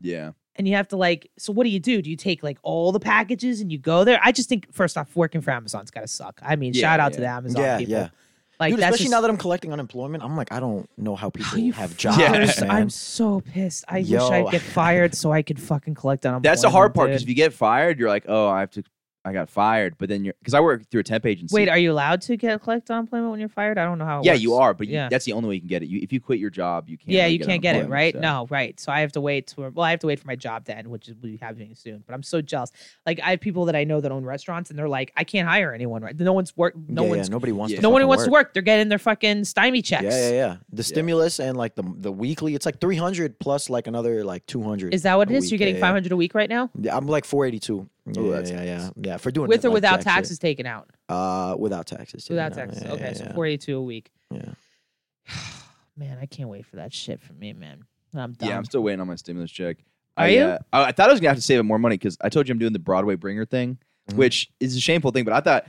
Yeah, And you have to like, so what do you do? Do you take like all the packages and you go there? I just think first off, working for Amazon's gotta suck. I mean, Yeah, shout out to the yeah. Amazon yeah, people. yeah. Like Dude, that's especially just, now that I'm collecting unemployment, I'm like, I don't know how people you have fuckers. jobs, man. I'm so pissed. I Yo. wish I'd get fired so I could fucking collect unemployment. that's the hard part because dude. if you get fired, you're like, oh, I have to, I got fired. But then you're because I work through a temp agency. Wait, are you allowed to get collect unemployment when you're fired? I don't know how. It yeah, works. you are, but you, Yeah. that's the only way you can get it. You, if you quit your job, you can't. yeah, really you can't get it, unemployment, right? so- No, right. So I have to wait to well, I have to wait for my job to end, which is will be happening soon. But I'm so jealous. Like I have people that I know that own restaurants, and they're like, I can't hire anyone. Right? No one's work. No yeah, one's. yeah, nobody wants. yeah. To no one fucking wants to work. They're getting their fucking stymie checks. Yeah, yeah, yeah. The stimulus and like the the weekly, it's like 300 plus like another like 200. Is that what it a is? You're week. getting Yeah, yeah. 500 a week right now, Yeah, I'm like 482. Yeah, Ooh, Oh, that's yeah, yeah, yeah. For doing with it, or like, without jack shit. taxes taken out. Uh, without taxes. yeah, Without no, taxes. yeah, okay, yeah, so yeah. 42 a week. Yeah. man, I can't wait for that shit from me, man. I'm done. Yeah, I'm still waiting on my stimulus check. Are I, you? Uh, I, I thought I was gonna have to save up more money because I told you I'm doing the Broadway bringer thing, Mhm. which is a shameful thing. But I thought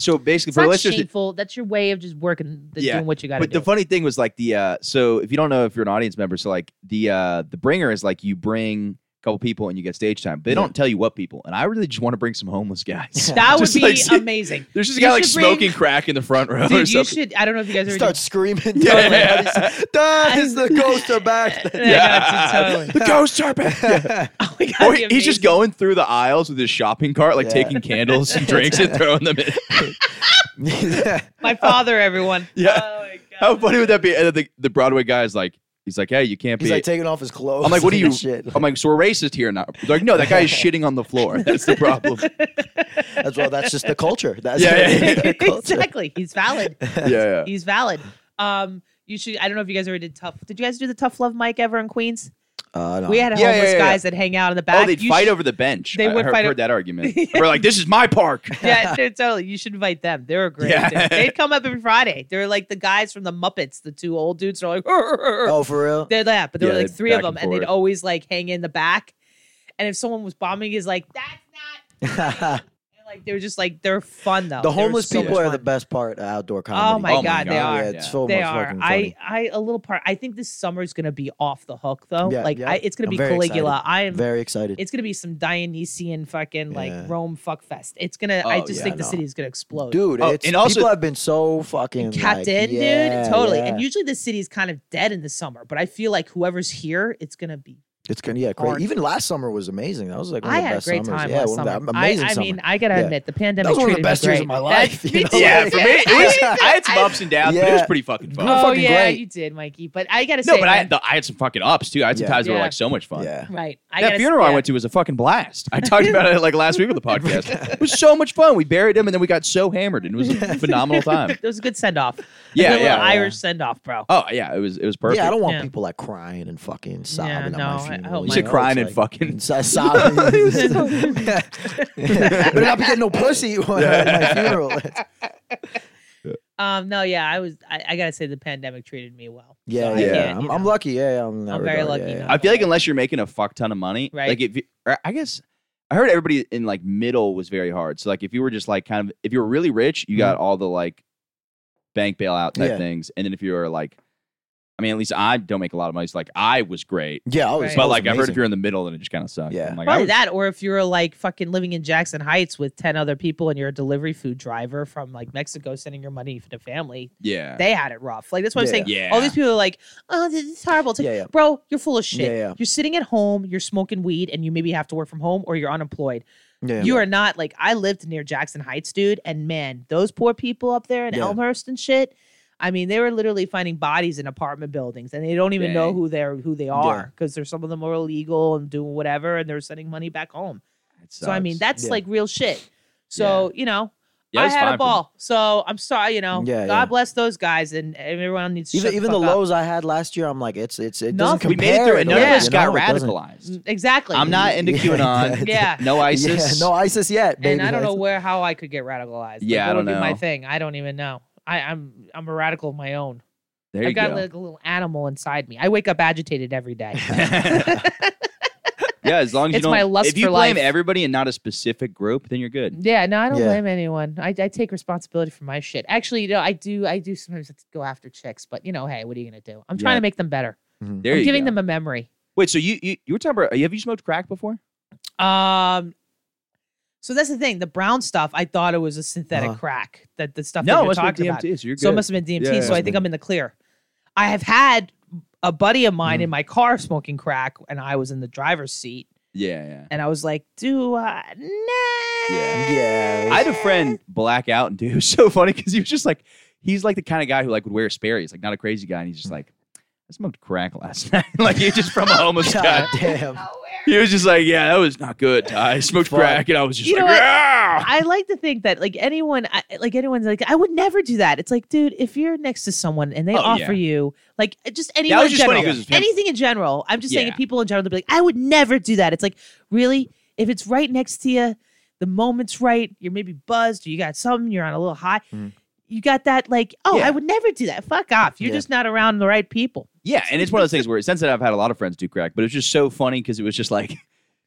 so basically Mm-hmm. it's for not listeners, to- shameful. That's your way of just working, the, Yeah, doing what you got to but do. the funny thing was like the uh, so if you don't know if you're an audience member, so like the uh, the bringer is like you bring a couple people and you get stage time. But they Yeah. don't tell you what people, and I really just want to bring some homeless guys. that would Just be like- amazing. There's just a You guy like should bring- smoking crack in the front row or Dude, you something. should. I don't know if you guys ever Start screaming. Yeah, that is the coaster back. did- Yeah, totally. the ghost serpent. Oh my God, Or that'd he- be he's just amazing. going through the aisles with his shopping cart, like Yeah. taking candles and drinks and throwing them in. My father, everyone. Yeah. Oh my God. How funny would that be? And then the, the Broadway guy is like, he's like, hey, you can't He's be. like taking off his clothes. I'm like, what are and you? Shit. I'm like, so we're racist here now. They're like, no, that guy is shitting on the floor. That's the problem. That's well. That's just the culture. That's Yeah, yeah, yeah. the culture. exactly. He's valid. Yeah, yeah. He's valid. Um, you should. I don't know if you guys ever did tough. Did you guys do the tough love mic ever in Queens? Uh, no. We had Yeah, yeah, homeless yeah, yeah. guys that hang out in the back. Oh, they'd You fight should- over the bench. They I would heard, fight o- heard that argument. We're like, this is my park. yeah, they're totally. You should invite them. They were great. Yeah. dude. They'd come up every Friday. They were like the guys from the Muppets, the two old dudes. They're like, Oh, for real? they're that, but there Yeah, were like they'd three of back them, and and, they'd forth. always like hang in the back. And if someone was bombing, is like that's not. the And, like they were just like they're fun though. They were homeless so people much are the fun. best part of outdoor comedy. Oh my, Oh my god, they God, are. Yeah, it's so they much are. fucking I, funny. I, a little part. I think this summer is gonna be off the hook though. Yeah, like yeah. I, it's gonna I'm be very Caligula. excited. I am. Very excited. it's gonna be some Dionysian fucking like Yeah. Rome fuck fest. It's gonna. I Oh, just yeah, think the no. city is gonna explode. Dude, Oh, it's, and also- people have been so fucking Tapped like, in, yeah, dude. Totally. yeah. And usually the city's kind of dead in the summer, but I feel like whoever's here, it's gonna be. it's gonna yeah, Hard. crazy. Even last summer was amazing. That was like one I of the had a best great summers. time yeah, last one summer. of the I, amazing I summer. mean, I gotta Yeah. admit, the pandemic that was one of treated the me best years of great. my That- life. you me know, too. yeah, like- for me, it was, I had some I- ups and downs, but it was Yeah. pretty fucking fun. Girl- Oh fucking yeah, great. you did, Mikey. But I gotta no, say, but I man, had, the, I had some fucking ups too. I had some Yeah. times where Yeah. like so much fun. Yeah. right. I that gotta, funeral I yeah. went to was a fucking blast. I talked about it like last week on the podcast. It was so much fun. We buried him and then we got so hammered and it was a phenomenal time. It was a good send off. Yeah, a good yeah, little yeah. Irish send off, bro. Oh yeah, it was it was perfect. Yeah, I don't want Yeah. people like crying and fucking sobbing at no, I- I my hope my- funeral. you said know, crying and it's like- fucking. so- sobbing. Better not be getting no pussy at my funeral. Um, no, yeah, I was. I, I gotta say, the pandemic treated me well. Yeah, So I yeah. can't, you I'm, I'm know. lucky. Yeah, yeah, I'm, in that I'm very regard, lucky Yeah, yeah. now. I feel like unless you're making a fuck ton of money, Right. Like if you, or I guess I heard everybody in like middle was very hard. So like if you were just like kind of if you were really rich, Mm-hmm. you got all the like bank bailout type Yeah. things, and then if you were like, I mean, at least I don't make a lot of money. So like I was great, Yeah, I was, Right. I but was like I've heard amazing. if you're in the middle, then it just kind of sucks. Yeah. I'm like, I Probably was- that, or if you're like fucking living in Jackson Heights with ten other people, and you're a delivery food driver from like Mexico, sending your money to family. yeah, They had it rough. Like that's what I'm Uh, saying. Yeah. Yeah. All these people are like, "Oh, this is horrible." It's like, Yeah, yeah. bro, you're full of shit. Yeah, yeah. You're sitting at home, you're smoking weed, and you maybe have to work from home, or you're unemployed. Yeah. You are not like I lived near Jackson Heights, dude, and man, those poor people up there in Yeah. Elmhurst and shit. I mean, they were literally finding bodies in apartment buildings, and they don't even know Dang. who they're who they are because there's some of them are illegal and doing whatever, and they're sending money back home. It So I mean, sucks. that's Yeah. like real shit. So you know, Yeah, it I was had fine a for ball. So I'm sorry, you know. Yeah, God yeah. bless those guys and everyone needs to Even shut even the, the fuck up. lows I had last year, I'm like, it's it's it doesn't Nothing. compare. We made it through it. to None that, of us you got know? It doesn't- radicalized. Mm, Exactly. I'm not into Yeah, QAnon. yeah. No Yeah, ISIS. no ISIS yet, baby. and I don't know where how I could get radicalized. Like, Yeah, I that don't would be my know. thing. I don't even know. I, I'm I'm a radical of my own. There you I've got go. like a little animal inside me. I wake up agitated every day. yeah, as long as you It's don't. my lust if you for blame life. everybody and not a specific group, then you're good. yeah, no, I don't Yeah. blame anyone. I, I take responsibility for my shit. Actually, you know, I do I do sometimes have to go after chicks, but you know, hey, what are you gonna do? I'm trying Yeah. to make them better. Mm-hmm. There I'm you giving go. them a memory. Wait, so you, you you were talking about? Have you smoked crack before? Um so that's the thing. The brown stuff, I thought it was a synthetic Uh-huh. crack. That the stuff no, that you're it's not talking DMT. about. So you're good. So it must have been DMT. Yeah, yeah, so I must've think I'm in the clear. I have had a buddy of Mm-hmm. mine in my car smoking crack, and I was in the driver's seat, yeah, yeah. and I was like, "Do I? Nah." Yeah. Yeah, I had a friend black out and dude, it was so funny because he was just like, he's like the kind of guy who like would wear Sperry's, like not a crazy guy, and he's just like, I smoked crack last night. like he was just from a homeless guy. God damn. He was just like, yeah, that was not good. I smoked Fuck. crack and I was just You know like, what? "Ah!" I like to think that like anyone, I, like anyone's like, I would never do that. It's like, dude, if you're next to someone and they Oh, offer yeah. you like uh, just that anyone was in just funny general, 'cause it's him. anything in general, I'm just saying, Yeah. if people in general, they'll be like, I would never do that. It's like, really, if it's right next to you, the moment's right, you're maybe buzzed, or you got something, you're on a little high. Mhm. You got that, like, oh, Mm-hmm. Yeah. I would never do that. Fuck off. You're Yeah. just not around the right people. Yeah, and it's one of those things where since then I've had a lot of friends do crack, but it was just so funny because it was just like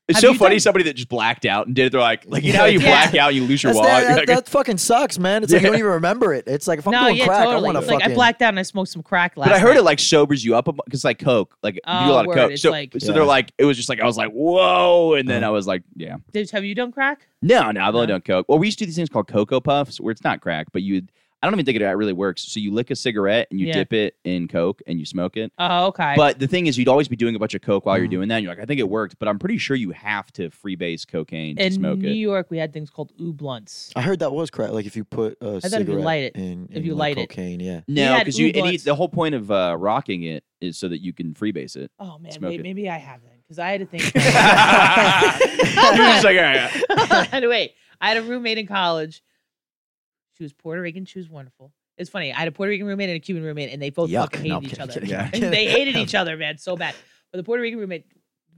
it's Have so you funny done- somebody that just blacked out and did it. They're like, like you know how you Yeah. black out, you lose your That's- wallet. that, You're that, like, that fucking sucks, man. It's like you don't even remember it. It's like if I'm no, doing yeah, crack, I totally. want to It's like fucking. I blacked out and I smoked some crack last but I heard night. it like sobers you up because like coke, like you do Oh, a lot of word, coke. it's So, like- so Yeah. they're like, it was just like I was like, whoa, and then I Uh-huh. was like, yeah, Did, have you done crack? no, no, I've only No. done coke. Well, we used to do these things called cocoa puffs, where it's not crack, but you, I don't even think it really works. So you lick a cigarette and you Yeah. dip it in coke and you smoke it. Oh, okay. But the thing is, you'd always be doing a bunch of coke while you're Mhm. doing that. And you're like, I think it worked, but I'm pretty sure you have to freebase cocaine in to smoke New it. York, we had things called ooh blunts. I heard that was crack. Like if you put a thought if you cigarette light it. in, If in, you like, light it. cocaine, yeah. No, had because you, Ooh it needs, Blunts. the whole point of uh, rocking it is so that you can freebase it. Oh man, Smoke wait, it. maybe I have them because I had to think. You're just like, all right. wait, I had a roommate in college. She was Puerto Rican. She was wonderful. It's funny. I had a Puerto Rican roommate and a Cuban roommate, and they both Yuck. fucking hated No, I'm each kidding, other. kidding, Yeah. kidding. they hated each other, man, so bad. But the Puerto Rican roommate,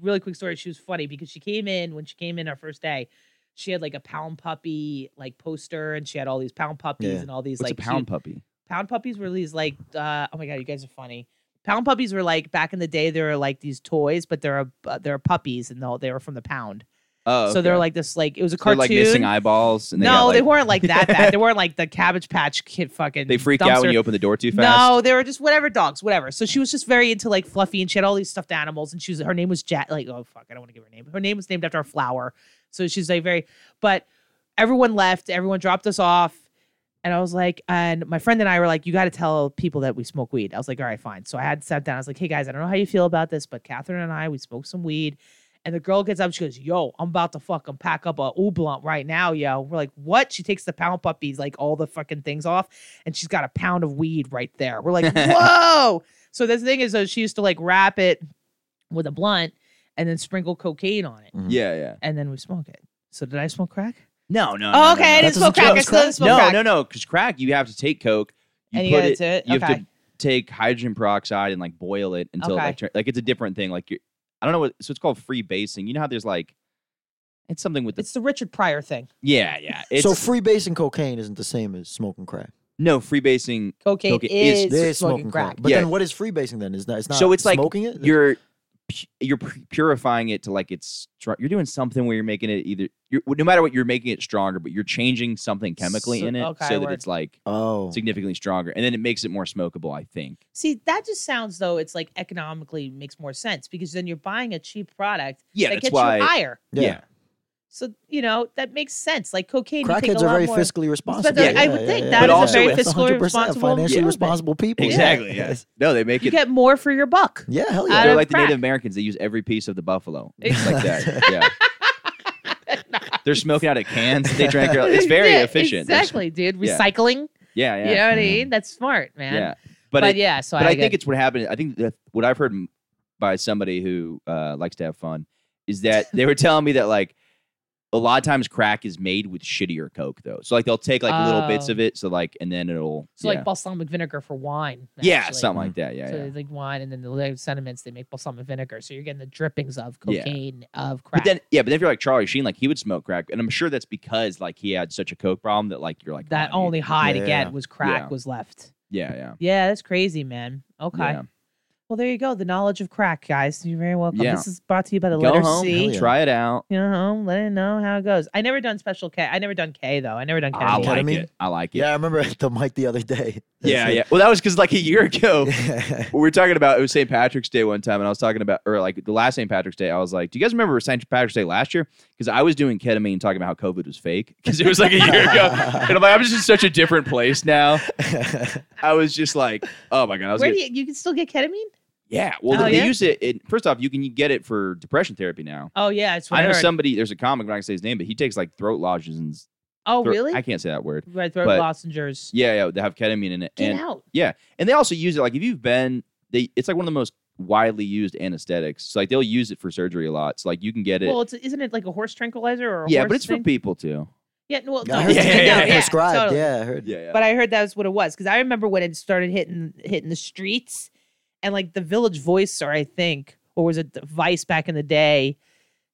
really quick story. She was funny because she came in when she came in our first day. She had like a pound puppy like poster, and she had all these pound puppies Yeah. and all these What's like a cute- pound puppy? pound puppies were these like uh, oh my god you guys are funny pound puppies were like back in the day they were like these toys but they're a, uh, they're puppies and they they were from the pound Oh, so they're okay. like this like it was a They're cartoon like missing eyeballs. And they no got, like, they weren't like that bad they weren't like the cabbage patch kid fucking They freak out when dumpster. you open the door too fast. no, they were just whatever dogs, whatever. So she was just very into like fluffy, and she had all these stuffed animals, and she was her name was Jack. Like, oh fuck, I don't want to give her name. Her name was named after a flower, so she's like very. But everyone left. Everyone dropped us off, and I was like, and my friend and I were like, you got to tell people that we smoke weed. I was like, all right, fine. So I had sat down. I was like, hey guys, I don't know how you feel about this, but Catherine and I we smoked some weed. And the girl gets up, she goes, Yo, I'm about to fucking pack up a ooblunt right now, yo. We're like, What? She takes the pound puppies, like all the fucking things off, and she's got a pound of weed right there. We're like, Whoa. So the thing is, though, she used to like wrap it with a blunt and then sprinkle cocaine on it, Yeah, yeah. and then we smoke it. So did I smoke crack? No, no. oh, no, okay. I didn't No, doesn't smoke crack. count I as still crack. didn't smoke no, crack. no, no. Because crack, you have to take coke. You And you put gotta it. do it? You have Okay. to take hydrogen peroxide and like boil it until it, Okay. like, turn- like it's a different thing. Like you're, I don't know what. So it's called free basing. You know how there's like, it's something with the It's the Richard Pryor thing. yeah, yeah. It's so free basing cocaine isn't the same as smoking crack. no free basing. Cocaine Cocaine is, is- They're smoking, crack. But Yeah. then what is free basing then? Is that it's not So it's like smoking Uh, it? You're pu- you're pu- purifying it to like it's str- you're doing something where you're making it either you're, no matter what you're making it stronger, but you're changing something chemically So- in it okay, so that word. it's like Oh. significantly stronger, and then it makes it more smokable. I think. See, that just sounds though it's like economically makes more sense because then you're buying a cheap product Yeah, that that's gets why. you higher. Yeah. yeah. So you know that makes sense. Like cocaine, you take a Crackheads are lot very more. fiscally responsible. I would think that is a very That's fiscally 100% responsible financially movement. responsible people. yeah. Exactly. Yes. No, they make You it. get more for your buck. Yeah, hell out They're of yeah. like the crack. Native Americans. They use every piece of the buffalo. It's like that. Exactly. Yeah. They're smoking out of cans that they drank. earlier. It's very Yeah, efficient. There's- Exactly, dude. yeah. Recycling. Yeah. Yeah. You know what I Yeah. mean? That's smart, man. yeah. But, But, it, yeah, so but I, I think it's what happened. I think that what I've heard m- by somebody who uh, likes to have fun is that they were telling me that like a lot of times crack is made with shittier coke though. So like they'll take like little bits Oh. of it. So like and then it'll So yeah. like balsamic vinegar for wine. yeah actually. Mm. something like that. Yeah, so yeah. they like wine, and then the little sediments they make balsamic vinegar. So you're getting the drippings of Yeah. cocaine of crack. But then yeah, but then if you're like Charlie Sheen, like he would smoke crack, and I'm sure that's because like he had such a coke problem that like you're like that oh, I need- only high to Yeah. get was crack Yeah. was left. yeah yeah Yeah, that's crazy, man. Okay. yeah. Well, there you go. The knowledge of crack, guys. You're very welcome. Yeah. This is brought to you by the Go letter home, C. Hell yeah. try it out. You know, let it know how it goes. I never done special K. I never done K though. I never done K. I like Ketamine? it. I like it. Yeah, I remember at the mic the other day. yeah, yeah. Well, that was because like a year ago, yeah. we were talking about it was St. Patrick's Day one time, and I was talking about or like the last St. Patrick's Day. I was like, "Do you guys remember St. Patrick's Day last year?" Because I was doing ketamine and talking about how COVID was fake because it was like a year ago, and I'm like, "I'm just in such a different place now." I was just like, "Oh my god!" I was Where gonna- do you, you can still get ketamine? yeah. Well, Oh, they yeah? use it, it. First off, you can get it for depression therapy now. Oh yeah, it's what I know heard. somebody. There's a comic. I'm not gonna say his name, but he takes like throat lozenges. Oh throat- really? I can't say that word. Red throat but- lozenges. Yeah, yeah. They have ketamine in it. Get and out. And they also use it like if you've been they it's like one of the most widely used anesthetics. So like they'll use it for surgery a lot. So like you can get it. Well, it's, isn't it like a horse tranquilizer or a yeah, horse but it's thing? for people too. Yeah, no, well, I no, heard Yeah, you yeah, can yeah, get it yeah. prescribed. totally. Yeah, I heard. yeah. But I heard that's what it was because I remember when it started hitting hitting the streets, and like the Village Voice, or I think, or was it the Vice back in the day,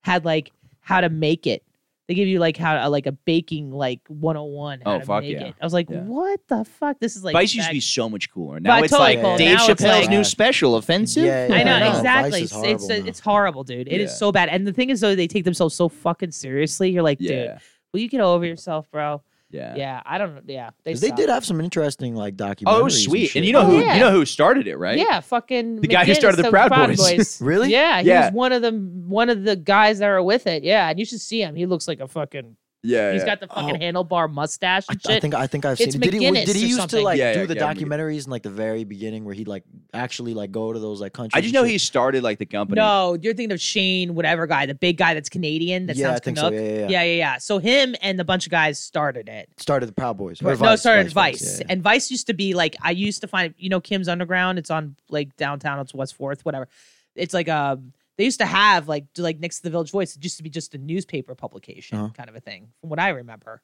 had like how to make it. They give you like how uh, like a baking like 101. How Oh, to fuck make yeah. it. I was like, Yeah. what the fuck? This is like Vice used back- to be so much cooler. Now Now I it's it's totally like like Dave cool. Dave now it's Chappelle's Chappelle's like- new new special, offensive. Yeah, yeah, I know No, Vice exactly. is It's it's, horrible now. it's horrible, dude. It is Yeah. so bad. And the thing is, though, they take themselves so fucking seriously. You're like, dude, Yeah. will you get over yourself, bro? Yeah. Yeah, I don't. Yeah, they, 'Cause They suck. did have some interesting like documentaries. Oh, it was sweet. And you know Oh, who yeah. you know who started it, right? Yeah, fucking The guy who McGinnis started the of Proud Boys. Really? Yeah, he Yeah. was one of the one of the guys that were with it. Yeah, and you should see him. He looks like a fucking. Yeah. He's yeah. got the fucking Oh. handlebar mustache I, and I shit. think I think I've seen. It's it. Did he, McGinnis did or he used to something. like Yeah, do yeah, the yeah, McGinnis. documentaries in like the very beginning where he'd like actually like go to those like countries? I just know and shit? he started like the company. no, you're thinking of Shane, whatever guy, the big guy that's Canadian. That Yeah, sounds I think so. Canuck. Yeah, yeah, yeah. yeah, So him and a bunch of guys started it. started the Proud Boys. Or Right. no, Vice, started Vice, yeah, yeah. and Vice used to be like I used to find. You know, Kim's Underground. It's on like downtown. It's West Fourth, whatever. It's like um. They used to have like do, like next to the Village Voice. It used to be just a newspaper publication Uh-huh. kind of a thing, from what I remember.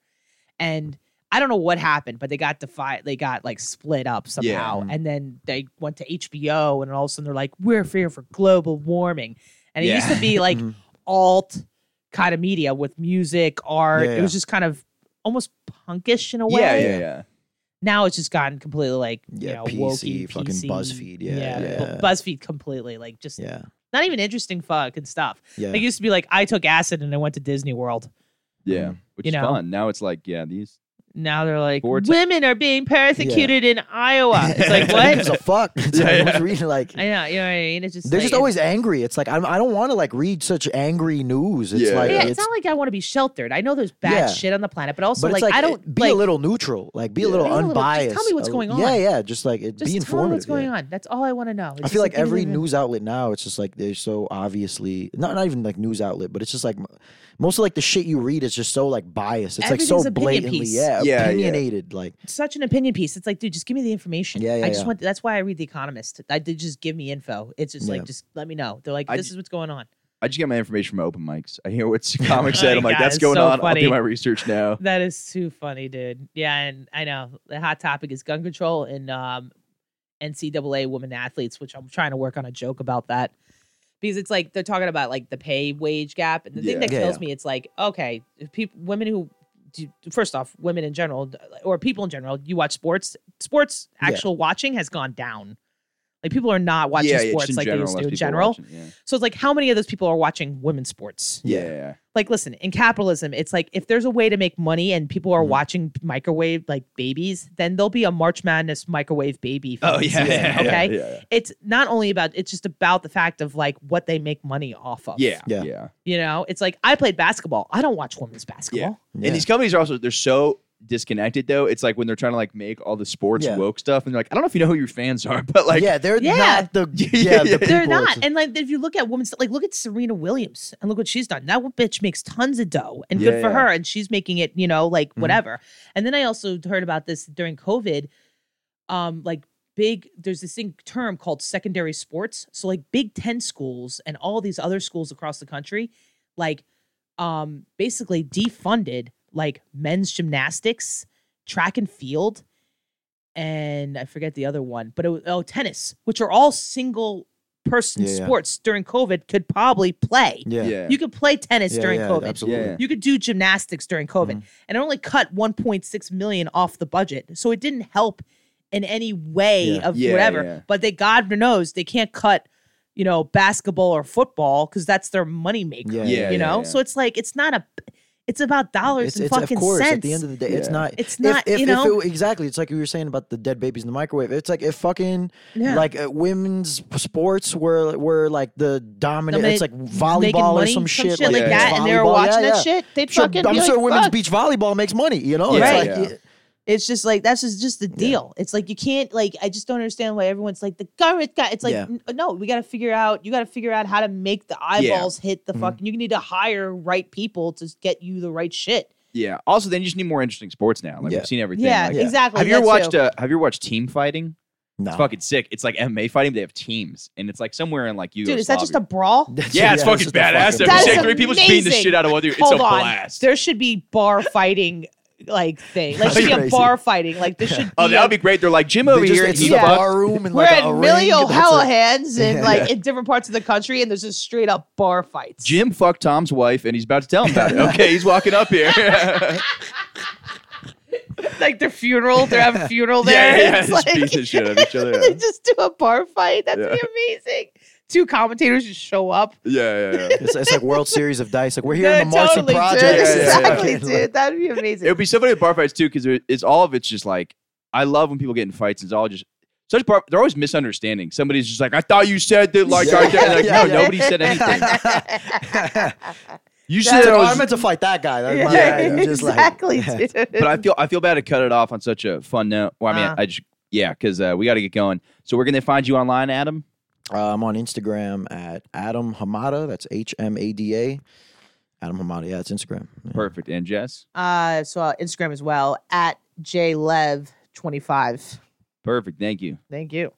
And I don't know what happened, but they got defi- They got like split up somehow, Mm-hmm. and then they went to HBO, and all of a sudden they're like, "We're here for global warming," and it used to Yeah. be like Mhm. alt kind of media with music, art. Yeah, It was yeah. just kind of almost punkish in a way Yeah, yeah, yeah. now it's just gotten completely like you Yeah, know, PC, wokey, fucking PC. BuzzFeed, yeah, Bu- yeah. BuzzFeed completely like just Yeah, not even interesting fucking stuff. yeah. Like it used to be like I took acid and I went to Disney World. Mm. Yeah. Which You is know. fun. Now it's like, yeah, these Now they're like Vortex. women are being persecuted in Iowa. It's like Who gives what? a fuck? It's like, Yeah, I was yeah. reading like I know, you know what I mean. It's just they're like, just always angry. It's like I'm, I don't want to like read such angry news. It's Yeah. like yeah. it's, It's not like I want to be sheltered. I know there's bad Yeah. shit on the planet, but but also it's like, like, I it- don't be like, a little neutral. Like be a little Be a little- just tell me unbiased. what's a- going Yeah, on. yeah. Just like it, just be tell me informative. what's going yeah. on. That's all I want to know. It's I just feel like give me every the- news outlet now, it's just like they're so obviously not not even like news outlet, but it's just like m- most of like the shit you read is just so like biased. It's like so Everything's opinion blatantly, piece. yeah, Yeah, yeah. opinionated. Like such an opinion piece. It's like, dude, just give me the information. Yeah, yeah, I just yeah. want. That's why I read The Economist. I did just give me info. It's just like, Yeah. just let me know. They're like, I this j- is what's going on. I just get my information from open mics. I hear what's comic said. I'm my like, God, that's it's going so on. I'll funny. do my research now. That is too funny, dude. Yeah, and I know the hot topic is gun control and um, NCAA women athletes, which I'm trying to work on a joke about that because it's like they're talking about like the pay wage gap, and the Yeah. thing that Yeah, kills yeah. me, it's like okay, people, women who. do- First off, women in general, or people in general, you watch sports. Sports Yeah. actual watching has gone down. Like people are not watching yeah, yeah, just sports in like general, they used less to in people general. watching, Yeah. So it's like, how many of those people are watching women's sports? Yeah. yeah, yeah. Like, listen, in capitalism, it's like if there's a way to make money and people Mm-hmm. are watching microwave like babies, then there'll be a March Madness microwave baby. Oh yeah, season, yeah, yeah, okay. yeah, It's not only about it's just about the fact of like what they make money off of. yeah, yeah, Yeah. yeah. You know, it's like I played basketball. I don't watch women's basketball. yeah. And these companies are also they're so disconnected though. It's like when they're trying to like make all the sports Yeah. woke stuff, and they're like, I don't know if you know who your fans are, but like, yeah, they're Yeah. not the Yeah, yeah, the They're people. not. It's- And like if you look at women's like look at Serena Williams and look what she's done. That bitch makes tons of dough and Yeah, good for yeah. Mm-hmm. her. And she's making it, you know, like whatever. And then I also heard about this during COVID. Um, like big there's this thing term called secondary sports. So like Big Ten schools and all these other schools across the country, like um, basically defunded like men's gymnastics, track and field, and I forget the other one, but it was oh tennis, which are all single person Yeah, yeah. sports during COVID could probably play. Yeah. Yeah. You could play tennis Yeah, during yeah, COVID. Absolutely. Mm-hmm. Yeah. You could do gymnastics during COVID, and it only cut 1.6 million off the budget, so it didn't help in any way Yeah. of Yeah, whatever. yeah. But they, God knows, they can't cut, you know, basketball or football because that's their moneymaker. Yeah, maker. yeah, yeah, you know, yeah. so it's like it's not a, it's about dollars It's, and it's fucking of course cents. at the end of the day, it's Yeah. not. It's if- not, If, you if know? it were- exactly, it's like you were saying about the dead babies in the microwave. It's like if fucking Yeah. like uh, women's sports were were like the dominant. Dominant- it's like making volleyball or money, some shit like beach that, and they were volleyball. Yeah, watching yeah. that shit. They'd Sure, fucking. I'm be sure like, women's "Fuck." beach volleyball makes money. You know, It's Right. like- Yeah. It's just like that's just, just the deal. It's like you can't like I just don't understand why everyone's like the government got. It's like Yeah. n- uh, no, we got to figure out. You got to figure out how to make the eyeballs hit Mm-hmm. the fucking. You need to hire right people to get you the right shit. Yeah. Also, then you just need more interesting sports now. Like Yeah. we've seen everything. yeah, Like, exactly. Have you ever that watched? too. Uh, have you ever watched team fighting? No. It's fucking sick. It's like MMA fighting. but They have teams, and it's like somewhere in like you. Dude, is that just a brawl? Yeah, it's fucking just a badass. Every fucking- That shake, is three people just beating the amazing. shit out of one dude. It's Hold a on, blast. there should be bar fighting like thing. Like should be a Crazy. bar fighting. Like this should. Be Oh, that a- would be great. They're like Jim They over just- here. It's he's just a a Yeah. boss. bar room and We're like at a, a ring. Millio That's like- Hallahan's and like in different parts of the country, and there's just straight up bar fights. Jim fucked Tom's wife, and he's about to tell him about it. Okay, he's walking up here. yeah, like their funeral. They're having a funeral there. yeah, It's just like- beating the shit out of each other. they just do a bar fight. That'd Yeah. be amazing. Two commentators just show up. Yeah, yeah, yeah. It's, it's like World Series of Dice. Like we're here in the Yeah, Martian Project. Dude. Yeah, yeah, yeah. Exactly, dude. That'd be It amazing. would be so funny with bar fights too, because it's all of it's just like I love when people get in fights. It's all just such bar. They're always misunderstanding. Somebody's just like, "I thought you said that." Like, I did." like Yeah, no, yeah. nobody said anything. You Shit, said I oh, I was, meant to fight that guy. That was my Yeah, bad. You just like- exactly, dude. but I feel I feel bad to cut it off on such a fun note. Well, I mean, Uh. I just yeah, because uh, we got to get going. So where can they find you online, Adam? Uh, I'm on Instagram at Adam Hamada. That's H M A D A. Adam Hamada. Yeah, it's Instagram. Yeah. Perfect. And Jess, Uh, so uh, Instagram as well at jlev25. perfect. Thank you. Thank you.